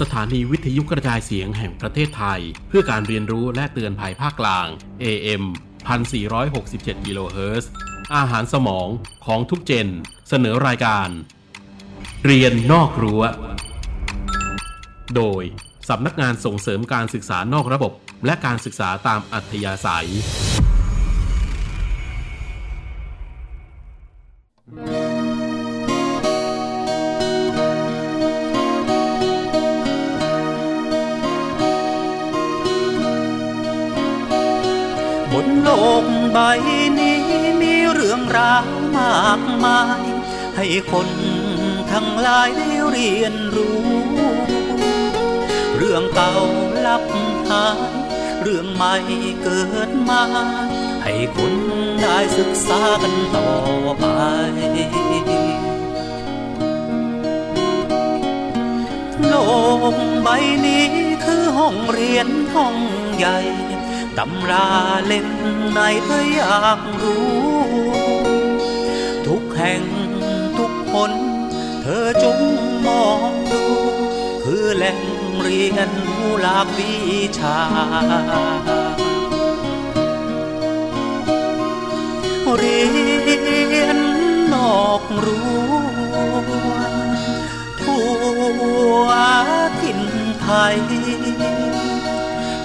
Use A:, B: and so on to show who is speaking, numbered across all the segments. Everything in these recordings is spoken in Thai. A: สถานีวิทยุกระจายเสียงแห่งประเทศไทย เพื่อการเรียนรู้และเตือนภัยภาคกลาง AM 1467กิโลเฮิรตซ์อาหารสมองของทุกเจน เสนอรายการ เรียนนอกรั้ว โดย สำนักงานส่งเสริมการศึกษานอกระบบ และการศึกษาตามอัธยาศัย
B: บนโลกใบนี้มีเรื่องราวมากมาย ให้คนทั้งหลายได้เรียนรู้ เรื่องเก่าลับหายเรื่องใหม่เกิดมา ให้คนได้ศึกษากันต่อไป โลกใบนี้คือห้องเรียนห้องใหญ่ ตำราเล่มไหนเธออยากรู้ ทุกแห่งทุกคน เธอจงมองดู คือแหล่งเรียนรู้หลากวิชา เรียนนอกรั้วทั่วทิ่นไทย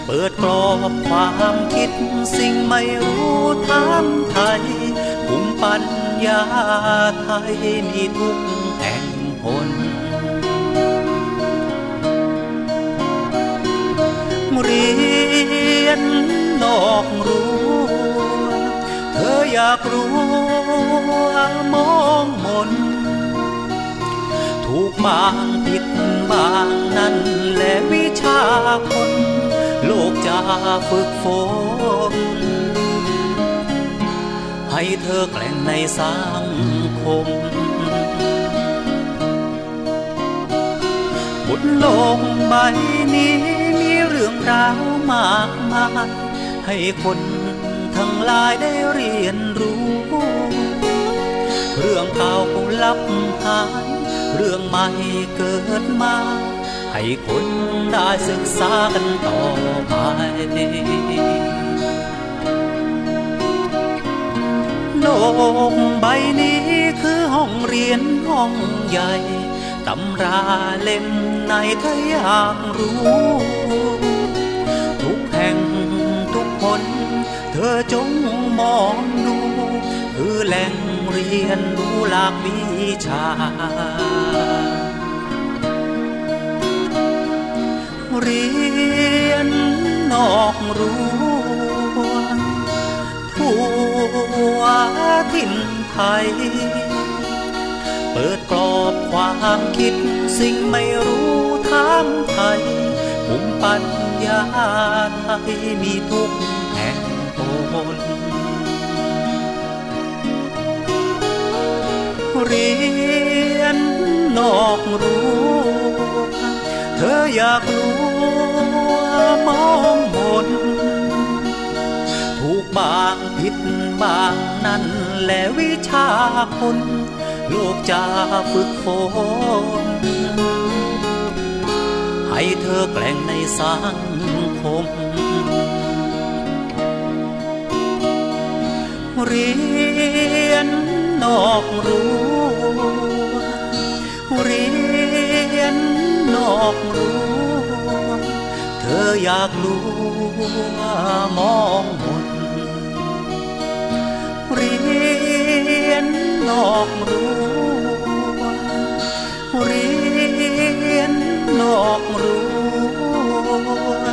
B: เปิดกรอบความคิดสิ่งไม่รู้ถามไทยภูมิปัญญาไทยมีทุกแห่งหน เรียนนอกรั้วเธออยากรู้มองมน ถูกบางผิดบางนั่นแหละวิชาคน โลกจะฝึกฝน ให้เธอแกล่งในสังคม บนโลกใบนี้มีเรื่องราวมากมาย ให้คนทั้งหลายได้เรียนรู้ เรื่องเก่าลับหาย เรื่องใหม่เกิดมา ให้คนได้ศึกษากันต่อไป โลกใบนี้คือห้องเรียนห้องใหญ่ ตำราเล่มไหนถ้าอยากรู้ ทุกแห่งทุกคน เธอจงมองดู คือแหล่งเรียนรู้หลากวิชา เรียนนอกรั้ว ทั่วทิ่นไทย เปิดกรอบความคิดสิ่งไม่รู้ถามไทยภูมิปัญญาไทยมีทุกแห่งตนเรียนนอกรู้ เธออยากรู้มองมน ถูกบางผิดบางนั่นแหละวิชาคนโลกจะฝึกฝน ให้เธอแกล่งในสังคม เรียนนอกรั้วเรียนนอกรั้วเธออยากรู้มองมน เรียนนอกรั้วเรียนนอกรั้ว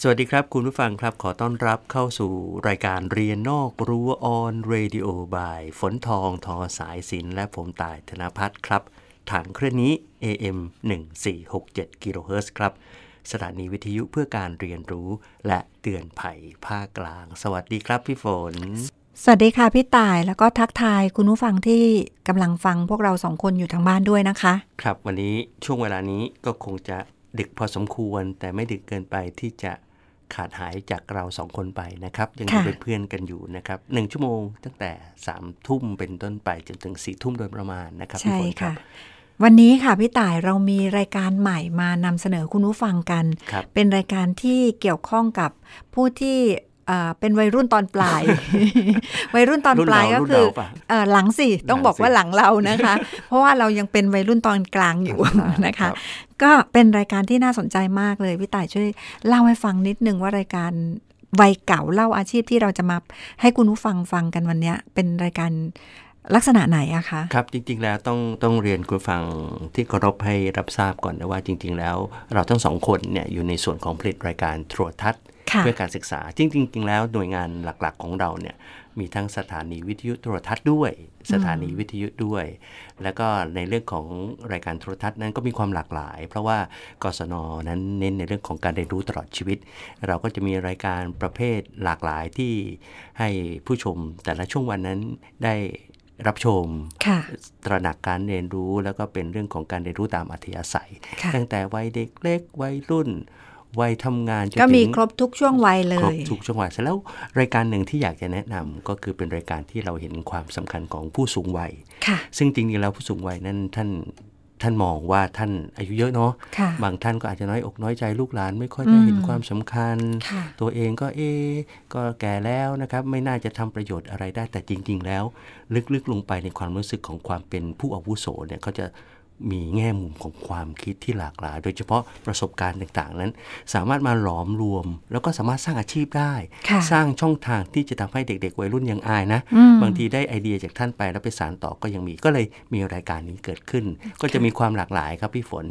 C: สวัสดีครับ คุณผู้ฟังครับขอต้อนรับเข้าสู่รายการเรียนนอกรั้วออนเรดิโอบาย ฝนทองทอสายสินและผมตายธนพัฒน์ครับ ฐานเครื่องนี้ AM 1467กิโลเฮิรตซ์ครับ สถานีวิทยุเพื่อการเรียนรู้และเตือนภัยภาคกลาง สวัสดีครับพี่ฝน
D: สวัสดีค่ะพี่ต่ายแล้วก็ทักทายคุณผู้ฟังที่กำลังฟังพวกเราสองคนอยู่ทางบ้านด้วยนะคะ
C: ครับวันนี้ช่วงเวลานี้ก็คงจะดึกพอสมควร แต่ไม่ดึกเกินไปที่จะ ขาดหายจากเราสองคนไปนะครับ ยังอยู่
D: ค่ะ
C: เป็นเพื่อนกันอยู่นะครับหนึ่งชั่วโมงตั้งแต่สามทุ่มเป็นต้นไปจนถึงสี่ทุ่มโดยประมาณนะครับพี่
D: ใช่
C: ฝนครั
D: ค่ะ
C: บ
D: วันนี้ค่ะพี่ต่ายเรามีรายการใหม่มานำเสนอคุณผู้ฟังกัน
C: ครับ
D: เป็นรายการที่เกี่ยวข้องกับผู้ที่เอ่อเป็นวัยรุ่นตอนปลาย วัยรุ่นตอน
C: รุ่น
D: ปลาย
C: เรา
D: ก็
C: รุ่น
D: คือ
C: เราปะ
D: เอ่อหลังสิต้องบอกว่าหลังเรานะคะ เพราะว่าเรายังเป็นวัยรุ่นตอนกลางอยู่ นะคะ ก็เป็นรายการที่น่าสนใจมากเลยพี่ต่ายช่วยเล่าให้ฟังนิดนึงว่ารายการวัยเก่าเล่าอาชีพที่เราจะมาให้คุณผู้ฟังฟังกันวันเนี้ย เป็นรายการลักษณะไหนอะคะ
C: ครับจริงๆแล้วต้องต้องเรียนคุณฟังที่เคารพให้รับทราบก่อนนะว่าจริง ๆ แล้วเราทั้งสองคนเนี่ยอยู่ในส่วนของผลิตรายการโทรทัศน์
D: ค่ะ
C: เพื่อการศึกษาจริงๆจริงๆแล้วหน่วยงานหลักๆของเราเนี่ยมีทั้งสถานีวิทยุโทรทัศน์ด้วย สถานีวิทยุด้วย แล้วก็ในเรื่องของรายการโทรทัศน์นั้นก็มีความหลากหลาย เพราะว่ากศนนั้นเน้นในเรื่องของการเรียนรู้ตลอดชีวิต เราก็จะมีรายการประเภทหลากหลายที่ให้ผู้ชมแต่ละช่วงวันนั้นได้รับชม
D: ค่ะ
C: ตระหนักการเรียนรู้แล้วก็เป็นเรื่องของการเรียนรู้ตามอัธยาศัย
D: ค่ะ
C: ตั้งแต่วัยเด็กเล็กวัยรุ่น วัยทำงานจน
D: ก็มี
C: ถึง
D: ครบทุกช่วงวัยเล
C: ครบ
D: ย
C: ทุกจังหวัดเสร็จแล้วรายการหนึ่งที่อยากจะแนะนำก็คือเป็นรายการที่เราเห็นความสำคัญของผู้สูงวัย
D: ค่ะ
C: ซึ่งจริงๆแล้วผู้สูงวัยนั้นท่านท่านมองว่าท่านอายุเยอะเนาะ
D: ค่ะ
C: บางท่านก็อาจจะน้อยอกน้อยใจลูกหลาน ไม่ค่อยได้เห็น
D: อืม
C: ความสำคัญ
D: ค่ะ
C: ตัวเองก็เอะก็แก่แล้วนะครับ ไม่น่าจะทำประโยชน์อะไรได้แต่จริง ๆ แล้ว ลึกๆลงไปในความรู้สึกของความเป็นผู้อาวุโสเนี่ยเขาจะมีแง่มุมของความคิดที่หลากหลาย โดยเฉพาะประสบการณ์ต่างๆ นั้น สามารถมาหลอมรวม แล้วก็สามารถสร้างอาชีพได้
D: ค่ะ
C: สร้างช่องทางที่จะทำให้เด็ก ๆ วัยรุ่นยังอายนะ
D: อืม
C: บางทีได้ไอเดียจากท่านไปแล้วไปสารต่อก็ยังมีก็เลยมีรายการนี้เกิดขึ้น ก็จะมีความหลากหลายครับพี่ฝน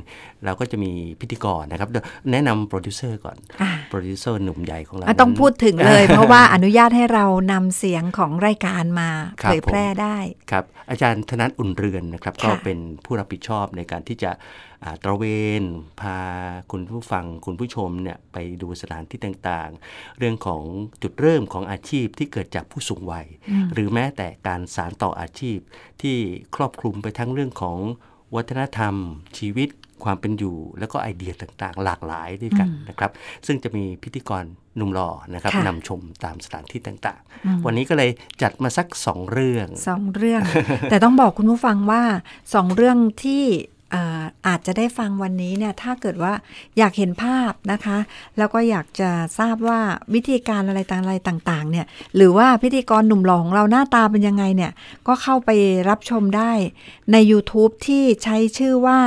C: เราก็จะมีพิธีกรนะครับเดี๋ยวแนะนำโปรดิวเซอร์ก่อน
D: อ่ะ
C: โปรดิวเซอร์หนุ่มใหญ่ของเรา
D: อ่ะต้อง
C: นั้น
D: พูดถึง เลย เพราะว่าอนุญาตให้เรานำเสียงของรายการมา
C: ครั
D: เผ
C: บ
D: ยแพร่ได้
C: ครับอาจารย์ธนัทอุ่นเรือนนะครับ
D: ค่ะ
C: ก็เป็นผู้รับผิดชอบในการที่จะอ่าตระเวน พาคุณผู้ฟังคุณผู้ชมเนี่ยไปดูสถานที่ต่างๆ เรื่องของจุดเริ่มของอาชีพที่เกิดจากผู้สูงวัย
D: อืม
C: หรือแม้แต่การสารต่ออาชีพที่ครอบคลุมไปทั้งเรื่องของวัฒนธรรม ชีวิตความเป็นอยู่ แล้วก็ไอเดียต่างๆ หลากหลายด้วยกันนะครับ ซึ่งจะมีพิธีกรหนุ่มหล่อนะครับ
D: ค่ะ
C: นำชมตามสถานที่ต่างๆ วันนี้ก็เลยจัดมาสักสองเรื่อง
D: สองเรื่อง แต่ต้องบอกคุณผู้ฟังว่าสองเรื่องที่เอ่ออาจจะได้ฟังวันนี้เนี่ยถ้าเกิดว่าอยากเห็นภาพนะคะ แล้วก็อยากจะทราบว่าวิธีการอะไรต่างอะไรต่างๆเนี่ยหรือว่าพิธีกรหนุ่มหล่อของเราหน้าตาเป็นยังไงเนี่ยก็เข้าไปรับชมได้ใน YouTube ที่ใช้ชื่อว่า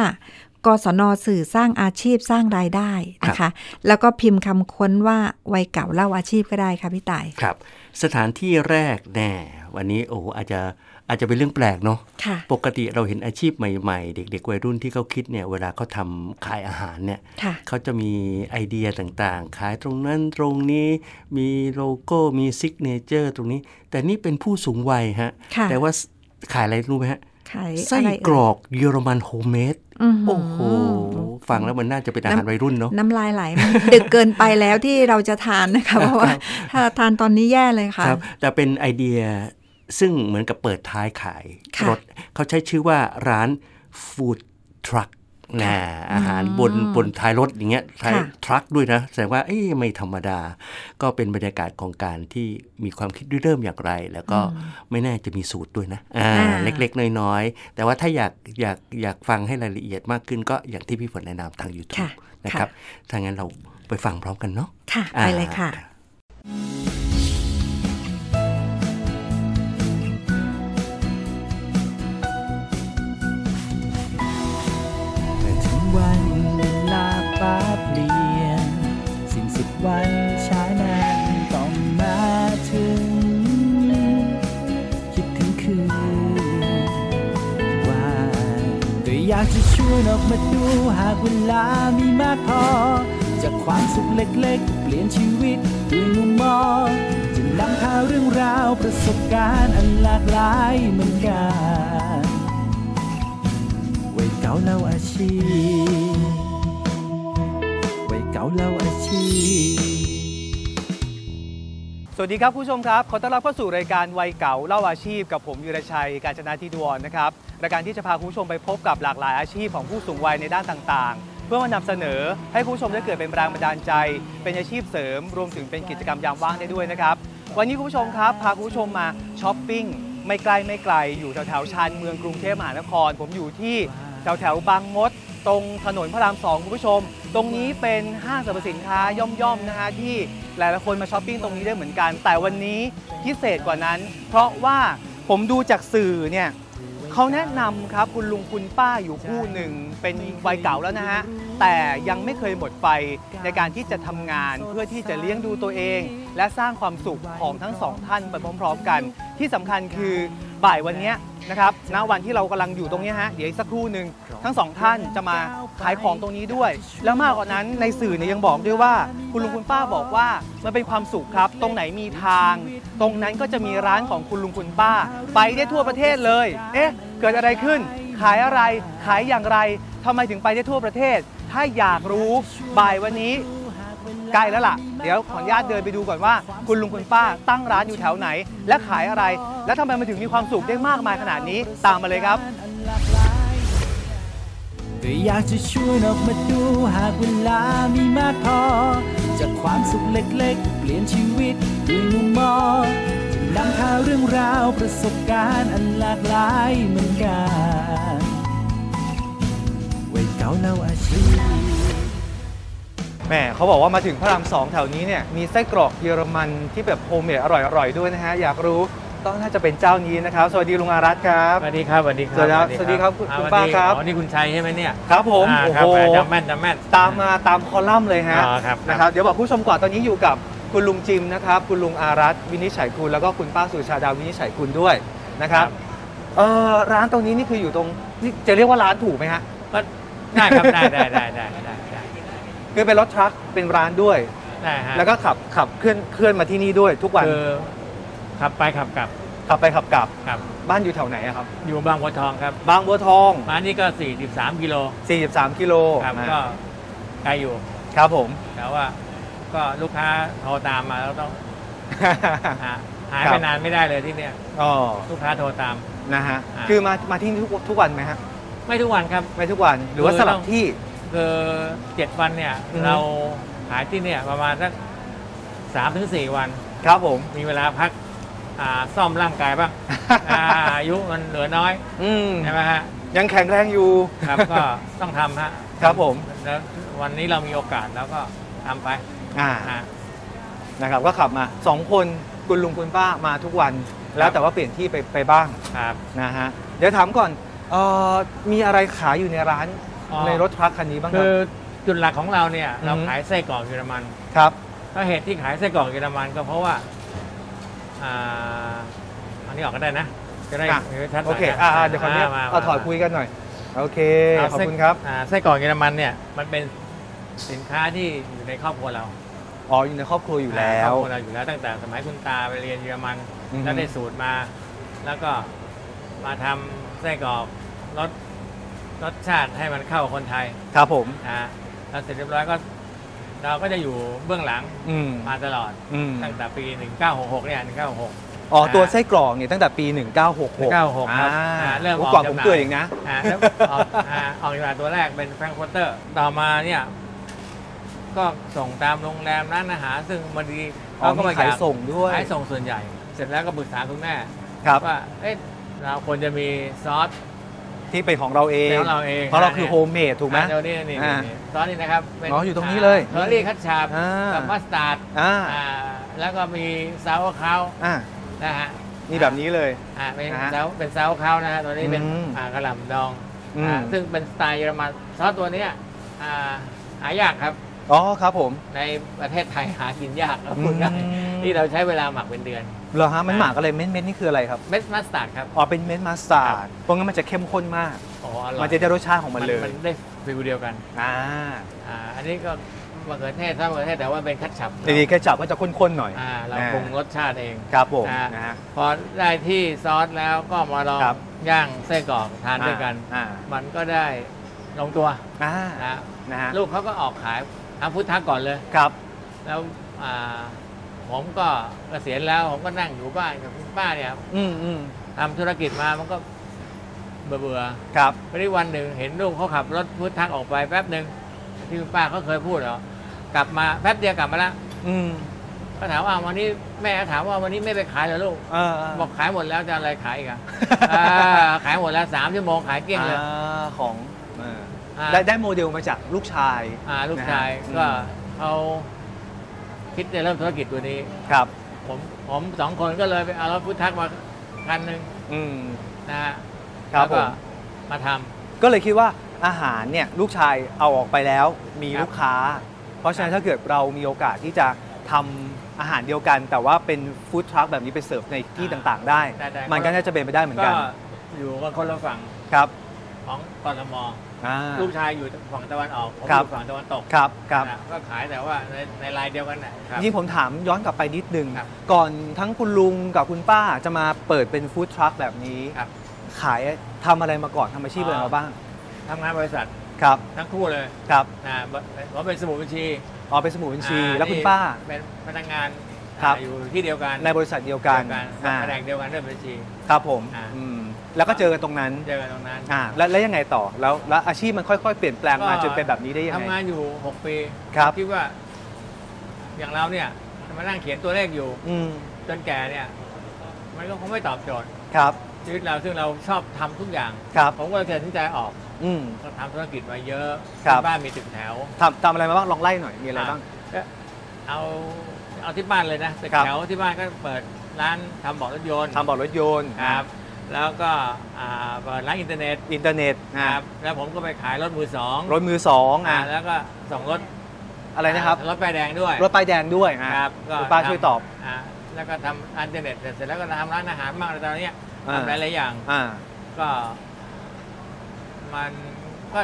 D: กศนสื่อสร้างอาชีพสร้างรายได้นะคะ แล้วก็พิมพ์คำค้นว่าวัยเก่าเล่าอาชีพก็ได้ค่ะพี่ต่าย
C: ครับสถานที่แรกแน่วันนี้โอ้โหอาจจะอาจจะเป็นเรื่องแปลกเนาะ
D: ค่ะ
C: ปกติเราเห็นอาชีพใหม่ๆ เด็ก ๆ วัยรุ่นที่เขาคิดเนี่ยเวลาเขาทำขายอาหารเนี่ย
D: ค่ะ
C: เขาจะมีไอเดียต่างๆ ขายตรงนั้นตรงนี้มีโลโก้มีซิกเนเจอร์ตรงนี้ แต่นี่เป็นผู้สูงวัยฮะ
D: ค่ะ
C: แต่ว่าขายอะไรรู้ไหมฮะ
D: ขาย
C: ไส้
D: อะไรเอ่ย
C: กรอกเยอรมันโฮมเมด
D: อื้อหือ
C: โอ้โหฟังแล้วมันน่าจะเป็นอาหารวัยรุ่นเนาะ
D: น้ำลายไหล มันดึกเกินไปแล้วที่เราจะทาน นะคะ เพราะว่าถ้าทานตอนนี้แย่เลยค่ะ
C: ครับแต่เป็นไอเดียซึ่งเหมือนกับเปิดท้ายขาย
D: ค่ะ
C: รถเขาใช้ชื่อว่าร้านฟู้ดทรัคนะอาหารบนบนท้ายรถอย่างเงี้ยท้ายทรัคด้วยนะ แสดงว่าเอ้ยไม่ธรรมดา ก็เป็นบรรยากาศของการที่มีความคิดริเริ่มอย่างไร แล้วก็ไม่แน่จะมีสูตรด้วยนะอ่า
D: อ่า
C: เล็กๆ น้อยๆ แต่ว่าถ้าอยากอยากอยากฟังให้รายละเอียดมากขึ้นก็อย่างที่พี่ฝนแนะนำทาง YouTube นะครับถ้างั้นเราไปฟังพร้อมกันเนาะ
D: ค่ะ ไปเลยค่ะ
C: อ่า
B: เมื่อถึงวันเวลาฟ้าเปลี่ยน สิ้นสุดวันช้านานต้องมาถึง คิดถึงคืนว่าก็อยากจะชวนออกมาดูหากเวลามีมากพอ จากความสุขเล็กๆ เปลี่ยนชีวิตด้วยมุมมองจะนำพาเรื่องราวประสบการณ์อันหลากหลายเหมือนกัน วัยเก่าเล่าอาชีพวัยเก่าเล่าอาชีพ
E: สวัสดีครับคุณผู้ชมครับ ขอต้อนรับเข้าสู่รายการวัยเก่าเล่าอาชีพกับผมยุรชัย การจนาธิดวรนะครับรายการที่จะพาคุณผู้ชมไปพบกับหลากหลายอาชีพของผู้สูงวัยในด้านต่างๆ เพื่อมานำเสนอให้คุณผู้ชมได้เกิดเป็นแรงบันดาลใจ เป็นอาชีพเสริม รวมถึงเป็นกิจกรรมยามว่างได้ด้วยนะครับ วันนี้คุณผู้ชมครับ พาคุณผู้ชมมาช้อปปิ้งไม่ไกลไม่ไกล อยู่แถวแถวๆชานเมืองกรุงเทพมหานคร ผมอยู่ที่แถวแถวๆบางมด ตรงถนนพระรามสองคุณผู้ชม ตรงนี้เป็นห้างสรรพสินค้าย่อมๆนะฮะที่หลายๆคนมาช้อปปิ้งตรงนี้ได้เหมือนกัน แต่วันนี้พิเศษกว่านั้น เพราะว่าผมดูจากสื่อเนี่ย เขาแนะนำครับคุณลุงคุณป้าอยู่คู่หนึ่งเป็นวัยเก่าแล้วนะฮะ แต่ยังไม่เคยหมดไฟในการที่จะทำงานเพื่อที่จะเลี้ยงดูตัวเอง และสร้างความสุขของทั้งสองท่านไปพร้อมๆกัน ที่สำคัญคือบ่ายวันเนี้ยนะครับณวันที่เรากำลังอยู่ตรงเนี้ยฮะเดี๋ยวอีกสักครู่หนึ่งทั้งสองท่านจะมาขายของตรงนี้ด้วย แล้วมากกว่านั้นในสื่อเนี่ยยังบอกด้วยว่า คุณลุงคุณป้าบอกว่ามันเป็นความสุขครับ ตรงไหนมีทาง ตรงนั้นก็จะมีร้านของคุณลุงคุณป้า ไปได้ทั่วประเทศเลย เอ๊ะ เกิดอะไรขึ้น ขายอะไร ขายอย่างไรทำไมถึงไปได้ทั่วประเทศ ถ้าอยากรู้บ่ายวันนี้ ใกล้แล้วล่ะ เดี๋ยวขออนุญาตเดินไปดูก่อนว่า คุณลุงคุณป้าตั้งร้านอยู่แถวไหน และขายอะไร และทำไมมันถึงมีความสุขได้มากมายขนาดนี้ตามมาเลยครับ
F: ก็อยากจะชวนออกมาดูหากเวลามีมากพอ จากความสุขเล็กๆ เปลี่ยนชีวิตด้วยมุมมองจะนำพาเรื่องราวประสบการณ์อันหลากหลายเหมือนกันวัยเก่าเล่าอาชีพ
E: แหมเขาบอกว่ามาถึงพระรามสองแถวนี้เนี่ยมีไส้กรอกเยอรมันที่แบบโฮมเมดอร่อยอร่อยๆด้วยนะฮะ อยากรู้ต้องน่าจะเป็นเจ้านี้นะครับ สวัสดีลุงอารัตครับ
G: สวัสดีครับสวัสดีครับ
E: สวัสดีครับ
G: อ่
E: คุณป้าครับ
G: อ๋อนี่คุณชัยใช่ไหมเนี่ย
E: ครับผม
G: อ่า
E: โอ้
G: ครับ
E: โห
G: อ่าจำแม่นจำแม่น
E: ตามมาตามคอลัมน์เลยฮะ
G: อ๋อครับครับ
E: นะครับเดี๋ยวบอกผู้ชมก่อนตอนนี้อยู่กับคุณลุงจิมนะครับ คุณลุงอารัตวินิจฉัยคุณแล้วก็คุณป้าสุชาดาวินิจฉัยคุณด้วยนะครับเออร้านตรงนี้นี่คืออยู่ตรงนี่จะเรียกว่าร้านถูกไหมฮะ
G: ก็ได้ครับได้ได้ได้ได้ได้ได้
E: คือเป็นรถทรัคเป็นร้านด้วย
G: ได้ฮะ
E: แล้วก็ขับขับเคลื่อนเคลื่อนมาที่นี่ด้วย ทุกวัน
G: คือขับไปขับกลับ
E: ขับไปขับกลับ
G: ครับ
E: บ้านอยู่แถวไหนอะครับ
G: อยู่บางบัวทองครับ
E: บางบัวทอง
G: ร้านนี้ก็ 43 กิโล
E: 43 กิโล
G: ครับ
E: นะ
G: ก็ไกลอยู่
E: ครับผม
G: แต่ว่าก็ลูกค้าโทรตามมา แล้วต้องหาหาย
E: ครั
G: ไป
E: บ
G: นานไม่ได้เลยที่เนี่ย
E: อ๋อ
G: ลูกค้าโทรตาม
E: นะฮะ
G: อ่า
E: คือมามาที่นี่ทุกทุกวันไหมฮะ
G: ไม่ทุกวันครับ
E: ไม่ทุกวันหรือว่า
G: คือ
E: สลับ
G: ต้อง
E: ที่
G: คือเจ็ดวันเนี่ย
E: อือฮึ
G: เราขายที่เนี่ยประมาณสักสามถึงสี่วัน
E: ครับผม
G: มีเวลาพักอ่าซ่อมร่างกาย บ้าง อ่าอายุมันเหลือน้อย
E: อืม
G: ใช่ไหมฮะ
E: ยังแข็งแรงอยู่
G: ครับ ก็ต้องทำฮะ
E: ครับผม
G: แล้ววันนี้เรามีโอกาสแล้วก็ทำไป
E: อ่า
G: อ่า
E: นะครับ ก็ขับมาสองคนคุณลุงคุณป้ามาทุกวัน แล้ว
G: ครับ
E: แต่ว่าเปลี่ยนที่ไปไปบ้าง
G: ครับ
E: นะฮะ เดี๋ยวถามก่อนเอ่อมีอะไรขายอยู่ในร้าน
G: อ๋อ
E: ในรถทรัคคันนี้บ้างครั
G: คื
E: บ
G: อจุดหลักของเราเนี่ย
E: อือฮึ
G: เราขายไส้กรอกเยอรมัน
E: ครับ
G: ถ้าเหตุที่ขายไส้กรอกเยอรมันก็เพราะว่าอ่าอันนี้ออกก็ได้นะ จะได้
E: อ่ะ
G: ไม่ชัดหน่
E: โอ
G: นะ
E: เคอ่าอ่าเดี๋ยวขอเนี้ย
G: ม
E: เอาถอด
G: ม
E: คุยกันหน่อย โอเค
G: เอา
E: ขอบ
G: ไส้
E: คุณครับ
G: อ่าไส้กรอกเยอรมันเนี่ยมันเป็นสินค้าที่อยู่ในครอบครัวเรา
E: อ๋ออยู่ในครอบครัวอยู่แล้
G: ครอ
E: ว
G: บครัวเราอยู่แล้วตั้งแต่สมัยคุณตาไปเรียนเยอรมัน
E: อือฮึ
G: แล้วได้สูตรมา แล้วก็มาทำไส้กรอกรสรสชาติให้มันเข้ากับคนไทย
E: ครับผม
G: นะแล้วเสร็จเรียบร้อยก็ เราก็จะอยู่เบื้องหลัง
E: อืม
G: มาตลอด
E: อืม
G: ตั้งแต่ปี 1966 เนี่ย 1966
E: อ๋อ
G: อ่า
E: ตัวไส้กรอกเนี่ยตั้งแต่ปี 1966
G: 1966ครับอ่าเริ่มออก
E: กว่าผ
G: จำ
E: ม
G: หน่าย
E: เกิดเองนะ
G: อ่าแล้วออก อ่าออกจากตลาดตัวแรกเป็นแฟรงก์โฟเตอร์ ต่อมาเนี่ย ก็ส่งตามโรงแรมร้านอาหารซึ่งบางที
E: อ๋อ
G: เขาก็
E: มี
G: มา
E: ขายส่งด้วย
G: ขายส่งส่วนใหญ่ เสร็จแล้วก็ปรึกษาคุณแม่
E: ครับ
G: ว่าเอ๊ะเราควรจะมีซอส
E: ที่เป็นของเราเอง
G: เป็นของเราเอง
E: เพราะเราคือโฮมเมดถูกไหม
G: อ่าเดี๋ยวนี้นี่
E: อ่า
G: นี่ซอสนี่นะครับเป็
E: อ๋ออยู่ตรงนี้เลย
G: เฮอร์รี่คัตชาบ
E: อ่า
G: กับมัสตาร์ด
E: อ่า
G: อ่าแล้วก็มีซาวคาว
E: อ่า
G: นะฮะ
E: มีแบบนี้เลย
G: อ่าเป็น
E: นะฮะ
G: ซาวเป็นซาวคาวนะฮะตัวนี้เป็น
E: อืม
G: อ่ากระหล่ำดอง
E: อืม
G: อ่าซึ่งเป็นสไตล์เยอรมันซอสตัวเนี้ยอ่าหายากครับ
E: อ๋อครับผม
G: ในประเทศไทยหากินยากครับคุณได้
E: อืม
G: ที่เราใช้เวลาหมักเป็นเดือน
E: เหรอฮะ มันหมากอะไรเม็ดเม็ดนี่คืออะไรครับ
G: เม็ดมัสตาร์ดครับ
E: อ๋อ เป็นเม็ดมัสตาร์ดเพราะงั้นมันจะเข้มข้นมาก
G: อ๋ออร่อย
E: มันจะได้รสชาติของมันเลย
G: มันได้ฟิลเดียวกัน
E: อ่า
G: อ่าอันนี้ก็มะเขือเทศถ้ามะเขือเทศแต่ว่าเป็นคัตชับ
E: ทีนี้แค่จับก็จะข้นๆหน่อย
G: อ่าเรา
E: อ่า
G: ปรุงรสชาติเอง
E: ครับผม
G: อ่า
E: นะฮะ
G: พอได้ที่ซอสแล้วก็มาลอง
E: ครับ
G: ย่างไส้กรอกทานด้วยกัน
E: อ่า
G: มันก็ได้ลงตัว
E: อ่า
G: นะฮะ
E: นะฮะ
G: ลูกเขาก็ออกขายทำพุทธะก่อนเลย
E: ครับ
G: แล้วอ่าผมก็เกษียณแล้วผมก็นั่งอยู่บ้านกับคุณป้าเนี่ย
E: อืมอืม
G: ทำธุรกิจมามันก็เบื่อเบื่อ
E: ครับ
G: ไปได้วันหนึ่งเห็นลูกเขาขับรถพุทธักออกไปแป๊บหนึ่ง ที่คุณป้าเขาเคยพูดเหรอกลับมาแป๊บเดียวกลับมาละ
E: อืม
G: ก็ถามว่าวันนี้แม่ก็ถามว่าวันนี้ไม่ไปขายเหรอลูก
E: เออ
G: บอกขายหมดแล้วจะอะไรขายอีกอ่ะ อ่าขายหมดแล้วสามชั่วโมงขายเกลี้ยงเลย
E: อ่าของเออ
G: อ่า
E: ได้ได้โมเดลมาจากลูกชาย
G: อ่าลูกชาย
E: นะฮะ
G: ก็เขาคิดจะเริ่มธุรกิจตัวนี้
E: ครับ
G: ผมผมสองคนก็เลยไปเอารถพุทธักมาคันหนึ่ง
E: อืม
G: นะฮะ
E: ครับ
G: แล้วก็
E: ผม
G: มาทำ
E: ก็เลยคิดว่าอาหารเนี่ยลูกชายเอาออกไปแล้วมี
G: ครับ
E: ลูกค้า เพราะฉะนั้นถ้าเกิดเรามีโอกาสที่จะทำอาหารเดียวกัน แต่ว่าเป็นฟู้ดทรัคแบบนี้ไปเสิร์ฟในที่
G: อ่า
E: ต่างๆ ได้
G: ได้ได้
E: มันก็น่าจะเป็นไปได้เหมือน
G: ก็
E: กัน
G: อยู่กันคนละฝั่ง
E: ครับ
G: ของกรทม
E: อ่า
G: ลูกชายอยู่ฝั่งตะวันออกผมอ
E: ครับ
G: ยู่ฝั่งตะวันตก
E: ครับครับ
G: นะก็ขายแต่ว่าในในรายเดียวกันนะครับ
E: ยิ่งผมถามย้อนกลับไปนิดนึง
G: ครับ
E: ก่อนทั้งคุณลุงกับคุณป้าจะมาเปิดเป็นฟู้ดทรัคแบบนี้
G: ครับ
E: ขายทำอะไรมาก่อนทำอาชีพอะไรมาบ้าง
G: ทำงานบริษัท
E: ครับ
G: ทั้งคู่เลย
E: ครับ
G: นะผมเป็นสมุดบัญชี
E: อ๋อเป็นสมุดบัญชี
G: อ่
E: แล้วคุณ
G: นี่
E: ป้า
G: เป็นพนักงาน
E: ครับ
G: อ่าอยู่ที่เดียวกัน
E: ในบริษัทเดียวกัน
G: เดียว
E: อ่า
G: แผนกเดียวกันเรื่องบัญชี
E: ครับผม
G: อ่า
E: อืมแล้วก็เจอกันตรงนั้น
G: เจอกันตรงนั้น
E: อ่าแล้วแล้วยังไงต่อแล้วแล้วอาชีพมันค่อย ๆ เปลี่ยนแปลงมาจนเป็นแบบนี้ได้ยัง
G: ทำ
E: ไง
G: งานอยู่ 6 ปี
E: ครับ
G: ดว่า อย่างเราเนี่ยมานั่งเขียนตัวเลขอยู่
E: อืม
G: จนแก่เนี่ย มันก็คงไม่ตอบโจทย์
E: ครับ
G: ชีวิตเราซึ่งเราชอบทำทุกอย่าง
E: ครับ
G: ผมก็เลยตัดสินใจออก
E: อืม
G: ก็ทำธุรกิจมาเยอะ
E: ครับ
G: บ้านมีตึกแถว
E: ทำทำอะไรมาบ้างลองไล่หน่อยมีอะไรบ้าง
G: เอาเอาที่บ้านเลยนะตึก
E: ครับ
G: แถวที่บ้านก็เปิดร้านทำเบาะรถยนต์
E: ทำบอร์ดรถยนต์
G: ครับ แล้วก็อ่าเปิดร้านอินเทอร์เน็ต
E: อินเทอร์เน็ต
G: ค
E: อ่า
G: รับแล้วผมก็ไปขายรถมือสอง
E: รถมือสอง
G: อ่า
E: อ่า
G: แล้วก็ส่งรถ
E: อะไรนะครับ
G: รถป้ายแดงด้วย
E: รถป้ายแดงด้วยอ่า
G: ครับก็
E: คุณป้า
G: ทำ
E: ช่วยตอบ
G: อ่าแล้วก็ทำอินเทอร์เน็ตเสร็จแล้วก็ทำร้านอาหารบ้างอะไรตอนเนี้ย
E: อ่า
G: ทำหลายๆอย่าง
E: อ่า
G: ก็มันก็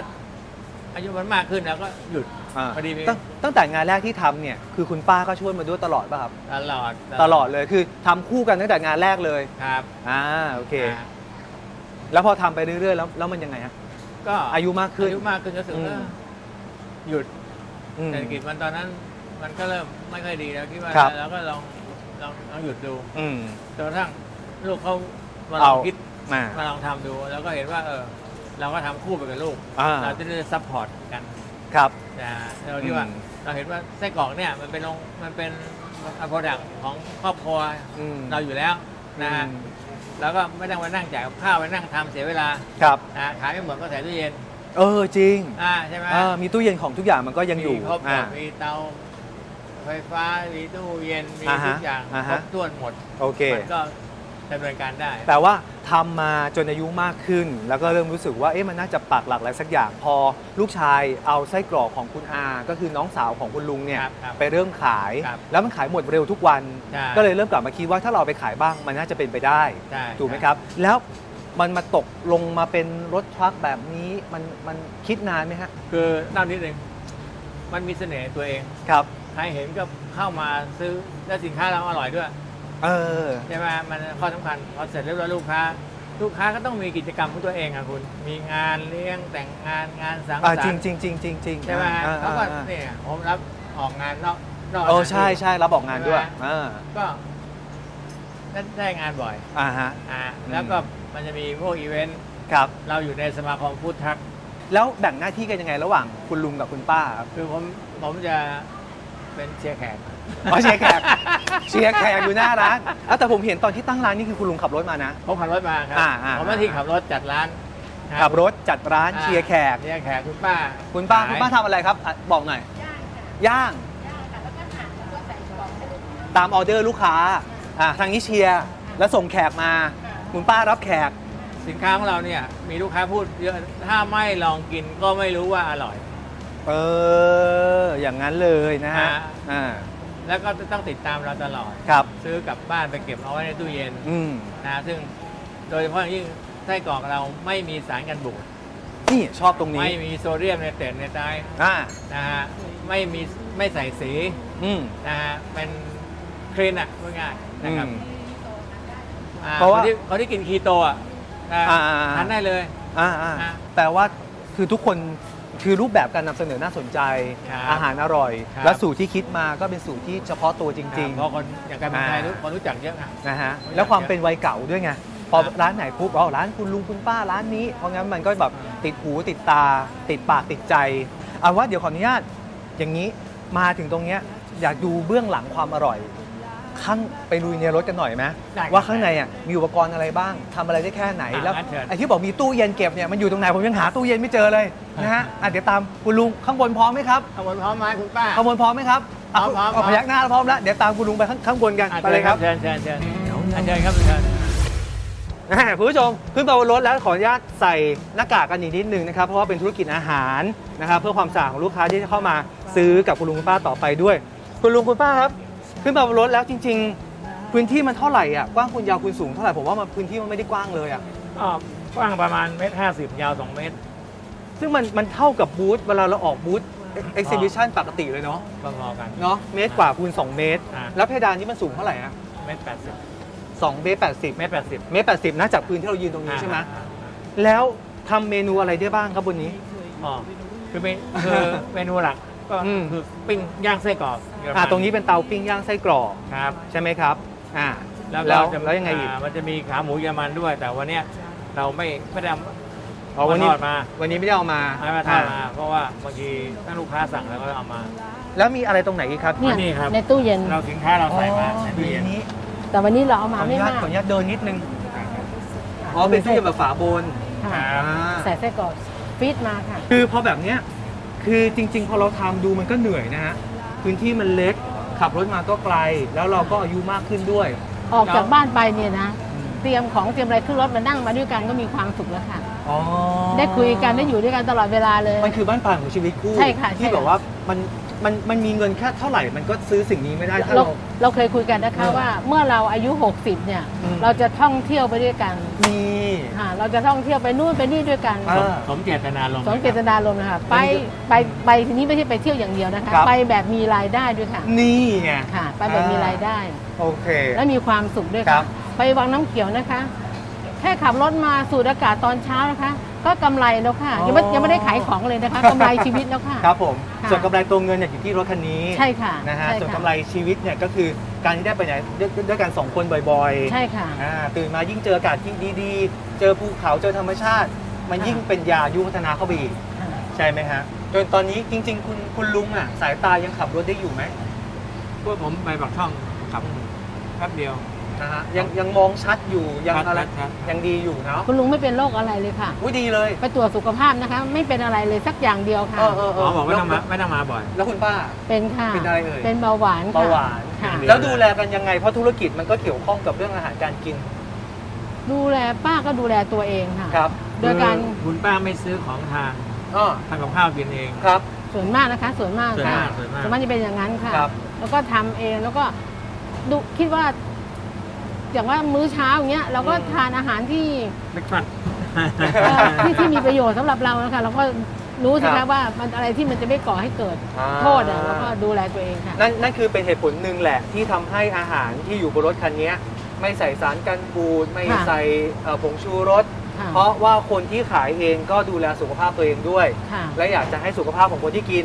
G: อายุมันมากขึ้นแล้วก็หยุด
E: อ่า
G: พอดีมี
E: ตั้งตั้งแต่งานแรกที่ทำเนี่ยคือคุณป้าก็ช่วยมาด้วยตลอดป่ะครับ
G: ตลอด
E: ตลอดเลยคือทำคู่กันตั้งแต่งานแรกเลย
G: ครับ
E: อ่าโอเค
G: า
E: แล้วพอทำไปเรื่อยๆ แล้วแล้วมันยังไงฮะ
G: ก็
E: อายุมากขึ้น
G: อายุมากขึ้นก็รู้สึก
E: อืม
G: ว่าหยุด
E: อืม
G: เศรษฐกิจมันตอนนั้น มันก็เริ่มไม่ค่อยดีแล้วคิดว่า
E: ครับ
G: เราก็ลองลองลองหยุดดู
E: อืม
G: จนกระทั่งลูกเขามาล
E: เอา
G: องคิด
E: อ่า
G: มาลองทำดู แล้วก็เห็นว่า เออ เราก็ทำคู่ไปกับลูก
E: อ่า
G: เราจะได้ซัพพอร์ตกัน
E: ครับ
G: นะเราที่ว่า
E: อืม
G: เราเห็นว่าไส้กรอกเนี่ยมันเป็นองมันเป็นโปรดักของครอบครัว
E: อืม
G: เราอยู่แล้วนะฮะ
E: อืม
G: แล้วก็ไม่ต้องมานั่งจ่ายกับข้าวไปนั่งทำเสียเวลา
E: ครับ
G: นะขายไม่หมดก็ใส่ตู้เย็น
E: เออจริง
G: อ่าใช่ไหม
E: เออมีตู้เย็นของทุกอย่างมันก็ยังอยู่
G: มีครบหม
E: อ่า
G: ดมีเตาไฟฟ้ามีตู้เย็นมี
E: อ่าฮะ
G: ทุกอย่าง
E: อ่า
G: คร
E: ฮะ
G: บถ้วนหมด
E: โอเค
G: มันก็ดำเนินการได้
E: แต่ว่าทำมาจนอายุมากขึ้น แล้วก็เริ่มรู้สึกว่าเอ๊ะมันน่าจะปักหลักอะไรสักอย่าง พอลูกชายเอาไส้กรอกของคุณอา ก็คือน้องสาวของคุณลุงเนี่ย
G: ครับครับ
E: ไปเริ่มขาย
G: ครับ
E: แล้วมันขายหมดเร็วทุกวัน
G: ใช่
E: ก็เลยเริ่มกลับมาคิดว่าถ้าเราเอาไปขายบ้างมันน่าจะเป็นไปได้
G: ใช่
E: ถูกไหมครับ แล้วมันมาตกลงมาเป็นรถทรัคแบบนี้มันมันคิดนานไหมฮะ
G: คือเล่านิดนึงมันมีเสน่ห์ตัวเอง
E: ครับ
G: ใครเห็นก็เข้ามาซื้อและสินค้าเราอร่อยด้วย
E: เออ
G: ใช่ไหมมันข้อสำคัญพอเสร็จเรียบร้อยลูกค้า ลูกค้าก็ต้องมีกิจกรรมของตัวเองอะคุณ มีงานเลี้ยงแต่งงานงานสังสร
E: อ่าร จริง
G: ค์
E: จริงจริงจริงจริง
G: ใช่ไหมฮะ
E: อ่
G: เขาก็
E: อ่า
G: เนี่ยผมรับออกงานนอกนอก
E: โอ้
G: สถานที่
E: ใช่ใช่รับออกงานด้วยอ่า
G: ก็ได้ได้งานบ่อย
E: อ่าฮะ
G: อ่า
E: อืม
G: แล้วก็มันจะมีพวกอีเวนต์
E: ครับ
G: เราอยู่ในสมาคมฟู้ดทัก
E: แล้วแบ่งหน้าที่กันยังไงระหว่างคุณลุงกับคุณป้าครับ
G: คือผมผมจะเป็นเชียร์แขก
E: อ๋อเชียร์แขกเชียร์แขกอยู่หน้าร้านอ่ะแต่ผมเห็นตอนที่ตั้งร้านนี่คือคุณลุงขับรถมานะ
G: ผมขับรถมาครั
E: อ่าอ่า
G: ผมหน้าที่ขับรถจัดร้านค
E: ขับรถจัดร้านเชียร์แขก
G: เชียร์แขกคุณป้า
E: คุณป้า
G: ขย
E: คุณป้าทำอะไรครับอ่ะบอกหน่อย ย่าง ตามออเดอร์ลูกค้าอ่ะทางนี้เชียร์แล้วส่งแขกมา คุณป้ารับแขก
G: สินค้าของเราเนี่ย มีลูกค้าพูดเยอะถ้าไม่ลองกินก็ไม่รู้ว่าอร่อย
E: เออ อย่างนั้นเลยนะฮะ
G: อ่า
E: อ่า
G: แล้วก็ต้องติดตามเราตลอด
E: ครับ
G: ซื้อกลับบ้านไปเก็บเอาไว้ในตู้เย็น
E: อืม
G: นะซึ่งโดยเฉพาะอย่างยิ่งไส้กรอกเราไม่มีสารกันบูด
E: นี่ชอบตรงนี้
G: ไม่มีโซเดียมในเตรตในไตร
E: อ่า
G: นะฮะไม่มีไม่ใส่สี
E: อืม
G: นะฮะเป็นคลีนอ่ะพูดง่ายๆนะครับ
E: อืม
G: อ่
E: เพราะ
G: ค
E: ว่า
G: นที่คนที่กินคีโตอ่ะนะ
E: อ่าอ่าอ่า
G: ทานได้เลย
E: อ่าอ่า
G: อ่ะ
E: แปลว่าคือทุกคนคือรูปแบบการนำเสนอน่าสนใจ
G: ครับ
E: อาหารอร่อย
G: ครับ
E: และสูตรที่คิดมาก็เป็นสูตรที่เฉพาะตัวจริง
G: เพราะคนอย่างการเป็นไทย
E: อ่า
G: ทุกคนรู้จักเยอะอ่ะ
E: ๆนะฮะแล้วความเป็นวัยเก่าด้วยไงพอ
G: ครับ
E: ร้านไหนปุ๊บอ๋อร้านคุณลุงคุณป้าร้านนี้เพราะงั้นมันก็แบบติดหูติดตา ติดปากติดใจ เอาว่าเดี๋ยวขออนุญาตอย่างนี้มาถึงตรงเนี้ยอยากดูเบื้องหลังความอร่อย ข้างไปลุยในรถกันหน่อยไหม
G: ได้ครับ
E: ว่าข้างในอ่ะมีอุปกรณ์อะไรบ้างทำอะไรได้แค่ไหน
G: อ่ะ
E: แล้ว
G: งั้นเชิญ
E: ไอ้ที่บอกมีตู้เย็นเก็บเนี่ยมันอยู่ตรงไหนผมยังหาตู้เย็นไม่เจอเลยนะฮะอ่ะเดี๋ยวตามคุณลุงข้างบนพร้อมไหมครับ
G: ขบวนพร้อมไหมคุณป้า
E: ข้างบนพร้อมไหมครับ
G: พร้อมพร้อม
E: ะพยักหน้าแล้วพร้อมแล้วเดี๋ยวตามคุณลุงไปข้างข้างบนกัน
G: อ่ะ
E: ไปเลยครับ
G: เชิญเชิญเชิญอ่ะเชิญครับเชิญ
E: อ่า คุณผู้ชมขึ้นไปบนรถแล้วขออนุญาตใส่หน้ากากกันอีกนิดนึงนะครับเพราะว่าเป็นธุรกิจอาหารนะครับเพื่อความสะอาดของลูกค้าที่จะเข้ามาซื้อกับคุณลุงคุณป้าต่อไปด้วย คุณลุงคุณป้าครับ ขึ้นไปบนรถแล้วจริง ๆ พื้นที่มันเท่าไหร่อ่ะกว้างคุณยาวคุณสูงเท่าไหร่ผมว่ามันพื้นที่มันไม่ได้กว้างเลยอ่ะ
G: อ่ากว้างประมาณเมตรห้าสิบยาวสองเมตร
E: ซึ่งมันมันเท่ากับบูธเวลาเราออกบูธเอ็กซิบิชันปกติเลยเนาะ
G: พอๆกัน
E: เนาะเมตรกว่าคูณสองเมตร
G: อ่า
E: แล้วเพดานนี่มันสูงเท่าไหร่อ่ะ
G: เมตรแปดสิบ
E: สองเมตรแปดสิบ
G: เมตรแปดสิบ
E: เมตรแปดสิบนะจากพื้นที่เรายืนตรงนี้ใช่ไหมแล้วทำเมนูอะไรได้บ้างครับบนนี้
G: อ๋อคือเมนคือเมนูหลักก็
E: อืม
G: คือปิ้งย่างไส้กรอกเยอมั
E: อ่าตรงนี้เป็นเตาปิ้งย่างไส้กรอก
G: ครับ
E: ใช่ไหมครับอ่าแล้ว
G: ก็จะ
E: แล้วยังไงอีก
G: ามันจะมีขาหมูเยอรมันด้วย แต่วันเนี้ยเราไม่ไม่ได้เอา
E: อ๋อวันนี้
G: ทอดมา
E: วันนี้ไม่ได้เอามา
G: ไม่มาทอด
E: อ่
G: มาเพราะว่าบางทีถ้าลูกค้าสั่งเราก็เอามา
E: แล้วมีอะไรตรงไหนอีกครับ
G: นี่
H: เนี่ย
G: ครับ
H: ในตู้เย็น
G: เราสินค้าเราใส่มา
E: อ๋อ
G: ในตู้เย็น
E: มี
H: แต่วันนี้เราเอา
E: ขอ
H: มา
E: อนุ
H: ไม่
E: ญาต
H: มาก
E: ขออนุญาตเดินนิดนึงอ๋อเป็นตู้เย็นแบบฝาบน
H: ค่ะ
E: อ่า
H: ใส่ไส้กรอกฟีดมาค่ะ
E: คือพอแบบเนี้ยคือจริง ๆ พอเราทำดูมันก็เหนื่อยนะฮะพื้นที่มันเล็กขับรถมาก็ไกล แล้วเราก็อายุมากขึ้นด้วย
H: ออกจากบ้านไปเนี่ยนะ
E: อืม
H: เตรียมของเตรียมอะไรขึ้นรถมานั่งมาด้วยกันก็มีความสุขแล้วค่ะ
E: อ๋อ
H: ได้คุยกันได้อยู่ด้วยกันตลอดเวลาเลย
E: มันคือบ้านปลายของชีวิตคู่
H: ใช่ค่ะใช่
E: ที่แบบว่ามันมันมันมีเงินแค่เท่าไหร่มันก็ซื้อสิ่งนี้ไม่ได้ถ้า
H: เรา
E: เรา
H: เราเคยคุยกันนะคะ
E: เออ
H: ว่าเมื่อเราอายุ 60 เนี่ย
E: อืม
H: เราจะท่องเที่ยวไปด้วยกัน
E: มี
H: อ่าเราจะท่องเที่ยวไปนู่นไปนี่ด้วยกัน
E: อ่า
G: สมเจตนาลมณ์
H: สมเจตนารมณ์นะคะไปไปไปทีนี้ไม่ใช่ไปเที่ยวอย่างเดียวนะคะ
E: ครับ
H: ไปแบบมีรายได้ด้วยค่ะ
E: นี่ไง
H: ค่ะ ไปแบบมีรายได้
E: โอเค
H: และมีความสุขด้วย
E: ครั
H: ค่ะ
E: บ
H: ไปวังน้ำเขียวนะคะ แค่ขับรถมาสูดอากาศตอนเช้านะคะ ก็กำไรแล้วค่ะ ยังไม่ยังไม่ได้ขายของเลยนะคะกำไรชีวิตแล้วค่ะ
E: ครับผม
H: ค่ะ
E: ส่วนกำไรตัวเงินเนี่ยอยู่ที่รถคันนี้
H: ใช่ค่ะ
E: นะฮะ
H: ใช่
E: ส่วน
H: ค่
E: กำไรชีวิตเนี่ยก็คือการที่ได้ไปไหนด้วยด้วยกันสองคนบ่อย
H: ใช่ค่ะ
E: ๆอ่าตื่นมายิ่งเจออากาศที่ดีๆ เจอภูเขาเจอธรรมชาติ มันยิ่งเป็นยายุพัฒนาเข้าไปอีก ใช่ไหมฮะ จนตอนนี้จริง ๆ คุณคุณลุงอ่ะสายตายังขับรถได้อยู่ไหม
G: พวกผมไปบักช่องครับแป๊บเดียว
E: นะฮะยังยังมองชัดอยู่ยัง
G: ชัด
E: อะไร
G: ชัด
E: ยังดีอยู่เนาะ
H: คุณลุงไม่เป็นโรคอะไรเลยค่ะ
E: อุ้ยดีเลย
H: ไปตรวจสุขภาพนะคะ ไม่เป็นอะไรเลยสักอย่างเดียวค่ะ
E: เออเออ
G: ห
E: เอ
G: ม
E: อ
G: อบอกไม่
E: แล้ว
G: ต้องมาไม่ต้องมาบ่อย
E: แล้วคุณป้า
H: เป็นค่ะ
E: เป็นอะไรเอ่ย
H: นเบาหวานค่ะ
E: เบาหวาน
H: ค่ะ
G: เดี๋ยว
E: แล้วดูแลกันยังไง เพราะธุรกิจมันก็เกี่ยวข้องกับเรื่องอาหารการกิน
H: ดูแลป้าก็ดูแลตัวเองค่ะ
E: ครับ
H: โดยการ
G: คือคุณป้าไม่ซื้อของทาน
E: อ้อ
G: ทำกับข้าวกินเอง
E: ครับ
H: ส่วนมากนะคะ ส่วนมากค่ะ
G: ส่วนมากส่วนมาก
H: จะเป็นอย่างนั้นค่ะ
E: ครับ
H: แล้วก็ทำเองแล้วก็ดูคิดว่า อย่างว่ามื้อเช้าอย่างเงี้ยเราก็ทานอาหารที่
G: เล็กฟั ด
H: เอ่อที่ที่มีประโยชน์สำหรับเรานะคะเราก็รู้สิ
E: ครั
H: คะ
E: บ
H: ว่ามันอะไรที่มันจะไม่ก่อให้เกิด
E: อ่า
H: โทษอะเราก็ดูแลตัวเองค่ะ
E: นั่นนั่นคือเป็นเหตุผลหนึ่งแหละที่ทำให้อาหารที่อยู่บนรถคันเนี้ยไม่ใส่สารกันบูดไม่
H: ค่ะ
E: ใส่เอ่อผงชูรส
H: ค่ะ
E: เพราะว่าคนที่ขายเองก็ดูแลสุขภาพตัวเองด้วย
H: ค่ะ
E: และอยากจะให้สุขภาพของคนที่กิน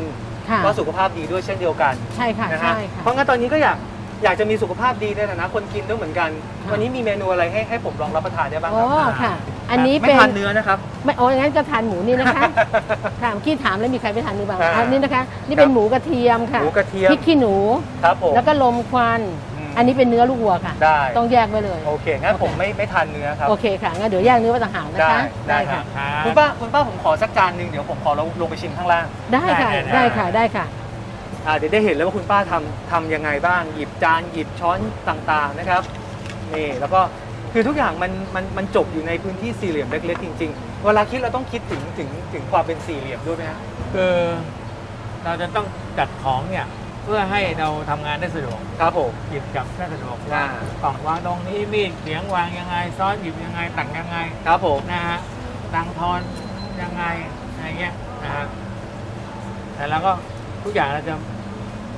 H: ค่ะ
E: ก็สุขภาพดีด้วยเช่นเดียวกัน
H: ใช่ค่ะ
E: นะฮะ
H: ใช่ค่ะ
E: เพราะงั้นตอนนี้ก็อยากอยากจะมีสุขภาพดีในฐานะคนกินด้วยเหมือนกัน
H: ค่ะ
E: วันนี้มีเมนูอะไรให้ให้ผมลองรับประทานได้บ้างค
H: โอ้
E: รับ
H: ค่ะ อันนี้เป็
E: ไม่
H: น
E: ทานเนื้อนะครับ
H: ไม่โอ้ยงั้นก็ทานหมูนี่ นะคะ ถามขี้ถามแล้วมีใครไปทานหรือเปล่า
E: อ่า
H: อันนี้นะคะ นี่
E: ครับ
H: เป็นหมูกระเทียมค่ะ
E: หมูกระเทียม
H: พริกขี้หนู
E: ครับผม
H: แล้วก็ลมควัน
E: อืม
H: อันนี้เป็นเนื้อลูกวัวค่ะ
E: ได้
H: ต้องแยกไว้เลย
E: โอเค งั้นผมไม่ไม่ทานเนื้อครับ
H: โอเคค่ะ งั้นเดี๋ยวแยกเนื้อไว้ต่างหากนะ
E: ได้
H: คะ
E: ได้ครับ คุณป้าคุณป้าผมขอสักจานหนึ่งเดี๋ยวผมขอลงลงไปชิมข้างล่าง
H: ได้ค่ะ
G: ได้
H: ได้
G: ค่ะ
H: ค่ะ ได้ค่ะ
E: อ่าเดี๋ยวได้เห็นแล้วว่าคุณป้าทำทำยังไงบ้าง หยิบจานหยิบช้อนต่างๆนะครับ นี่ แล้วก็คือทุกอย่างมันมันมันจบอยู่ในพื้นที่สี่เหลี่ยมเล็กๆจริง ๆ เวลาคิดเราต้องคิดถึงถึงถึงความเป็นสี่เหลี่ยมด้วยไหมฮะ
G: คือเราจะต้องจัดของเนี่ย เพื่อให้เราทำงานได้สะดวก
E: ครับผม
G: หยิบจับได้สะดวก
E: อ่า
G: กล่องวางตรงนี้มีดเสียงวางยังไงซ้อนหยิบยังไงตักยังไง
E: ครับผม
G: นะฮะตังทอนยังไงอะไรเงี้ยนะฮะแต่เราก็ทุกอย่างเราจะ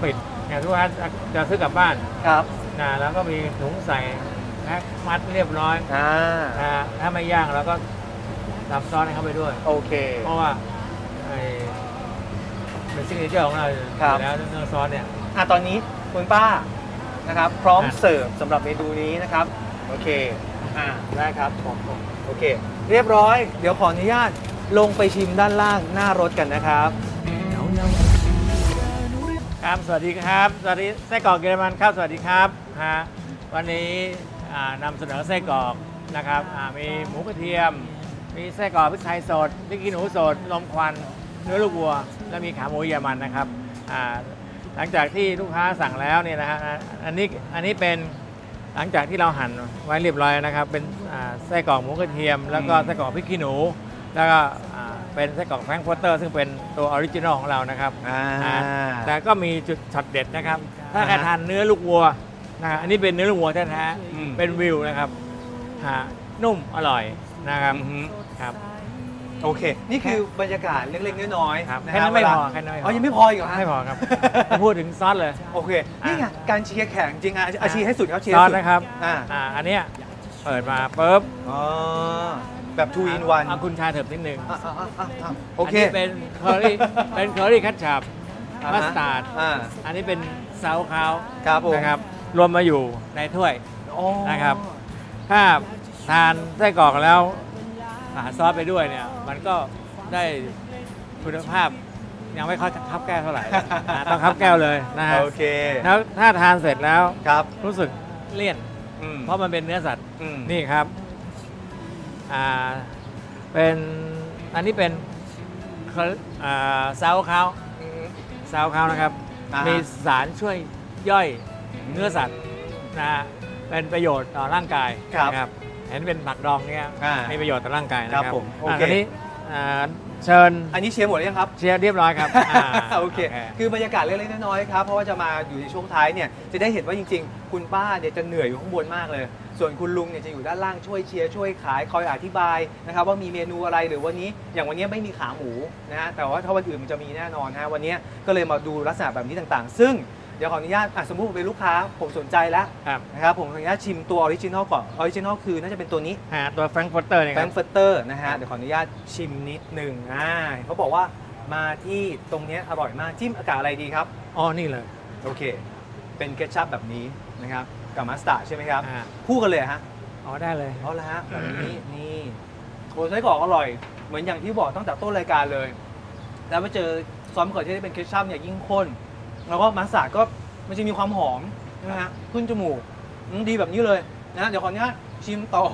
G: ปิดอย่างทุกท่านจะซื้อกลับบ้าน
E: ครับ
G: นะแล้วก็มีถุงใส่แพ็คมัดเรียบร้อย
E: อ่า
G: นะฮะถ้าไม่ย่างเราก็ทำซอสให้เข้าไปด้วย
E: โอเค
G: เพราะว่าไอ้เป็นซิกเนเจอร์ของเราอยู่
E: ครับ
G: แล้วเรื่องซอสเนี่ย
E: อ่ะตอนนี้คุณป้านะครับ พร้อม
G: อ่ะ
E: เสิร์ฟสำหรับเมนูนี้นะครับ โอเคอ่าได้ครับผมผมโอเค เรียบร้อย เดี๋ยวขออนุญาตลงไปชิมด้านล่างหน้ารถกันนะครับ
F: เรา
G: ครับ สวัสดีครับ สวัสดีไส้กรอกเยอรมันครับ สวัสดีครับฮะวันนี้อ่านำเสนอไส้กรอกนะครับอ่ามีหมูกระเทียม มีไส้กรอกพริกไทยสดพริกขี้หนูสดนมควันเนื้อลูกวัว และมีขาหมูเยอรมันนะครับอ่าหลังจากที่ลูกค้าสั่งแล้วเนี่ยนะฮะอ่าอันนี้อันนี้เป็นหลังจากที่เราหั่นไว้เรียบร้อยนะครับ เป็นอ่าไส้กรอกหมูกระเทียม แล้วก็ไส้กรอกพริกขี้หนู แล้วก็อ่าเป็นไส้กรอกแฟรงก์โฟเตอร์ ซึ่งเป็นตัวออริจินอลของเรานะครับ
E: อ่า
G: อ่าแต่ก็มีจุดช็อตเด็ดนะครับ ถ้าใครทานเนื้อลูกวัวนะฮะอันนี้เป็นเนื้อลูกวัวแท้
E: อืม
G: ๆเป็นวิวนะครับฮะนุ่มอร่อยนะครับ
E: อือฮึ
G: ครับ
E: โอเค นี่คือบรรยากาศเล็กๆน้อย
G: ครับ
E: ๆะ
G: แค่นั้น
E: เว
G: ไม่
E: ลา
G: พอแค่นั้นไม่พอ
E: อยังไม่พออีกเหรอฮะ
G: ไม่พอครับ พูดถึงซอสเลย
E: โอเค นี่ไงการเชียร์แข่งจริงอ่ะอ่ะ
G: อ่ะ
E: เชียร์ให้สุดครับเชียร์
G: ซอ
E: ให้
G: ส
E: สุด
G: นะครับ
E: อ่า
G: อ่าอันเนี้ยเปิดมาปุ๊บ
E: อ๋อแบบ2 in 1
G: เอาคุณชาเถิบนิดนึง
E: อ่ะอ่ะอ่ะอ่ะอ่ะโอเค
G: นนี้เป็นเคอรี่เป็นเคอรี่คัตชับ
E: อ่าฮะ
G: มัสตาร์ด
E: อ่า
G: อันนี้เป็นซาวคาว
E: ครับผม
G: นะครับรวมมาอยู่ในถ้วย
E: อ๋อ
G: นะครับ ถ้าทานไส้กรอกแล้วหาซอสไปด้วยเนี่ย มันก็ได้คุณภาพยังไม่ค่อยคับแก้วเท่าไหร่นะต้อง คับแก้วเลยนะฮะ
E: โอเค
G: แล้วถ้าทานเสร็จแล้ว
E: ครับ
G: รู้สึกเลี่ยน
E: อืม
G: เพราะมันเป็นเนื้อสัตว์
E: อืม
G: นี่ครับอ่าเป็นอันนี้เป็นอ่าซาวคาว
E: อืม
G: ซาวคาวนะครับ
E: อ่าฮะ
G: มีสารช่วยย่อยเนื้อสัตว์นะฮะเป็นประโยชน์ต่อร่างกาย
E: ครับ
G: นะเห็นเป็นผักดองเนี่ย
E: อ่ามี
G: มีประโยชน์ต่อร่างกายนะครับ
E: ผมโอ
G: อ่า
E: เค
G: ตอนนี้อ่าเชิญ
E: อันนี้เชียร์หมดหรือยังครับ
G: เชียร์เรียบร้อยครับอ่า
E: โอเค คือบรรยากาศเล็กๆน้อยๆครับ เพราะว่าจะมาอยู่ในช่วงท้ายเนี่ย จะได้เห็นว่าจริงๆ คุณป้าเนี่ยจะเหนื่อยอยู่ข้างบนมากเลย ส่วนคุณลุงเนี่ยจะอยู่ด้านล่างช่วยเชียร์ช่วยขายคอยอธิบายนะครับว่ามีเมนูอะไรหรือวันนี้อย่างวันนี้ไม่มีขาหมูนะฮะ แต่ว่าถ้าวันอื่นมันจะมีแน่นอนฮะ วันนี้ก็เลยมาดูลักษณะแบบนี้ต่างๆ ซึ่งเดี๋ยวขออนุญาตอ่ะสมมุติผมเป็นลูกค้าผมสนใจแล้ว
G: ครับ
E: นะครับ ผมขออนุญาตชิมตัวออริจินอลก่อน ออริจินอลคือน่าจะเป็นตัวนี้
G: อ่าตัวแฟรงก์โฟเตอร์เนี่ย
E: แฟ
G: ค
E: ร
G: รั
E: ง
G: บ
E: ก์เฟิร์เตอร์นะฮะ เดี๋ยวขออนุญาตชิมนิดหนึ่งอ่าเขาบอกว่ามาที่ตรงเนี้ยอร่อยมาก จิ้มอากาศอะไรดีครับ
G: อ๋อ นี่เลย
E: โอเค เป็นเคชัพแบบนี้นะครับ กับมัสตาร์ดใช่ไหมครับ
G: อ่า
E: คู่กันเลยฮะ
G: อ๋อ ได้เลย
E: เอาละฮะแบบนี้ นี่โอ้ไส้กรอกอร่อย เหมือนอย่างที่บอกตั้งแต่ต้นรายการเลย แล้วมาเจอซอสมะเขือเทศที่เป็นเคชัพเนี่ยยิ่งข้น แล้วก็มัสตาร์ดก็มันจะมีความหอมนะฮะขึ้นจมูกอืมดีแบบนี้เลยนะเดี๋ยวขออนุญาตชิมต่อ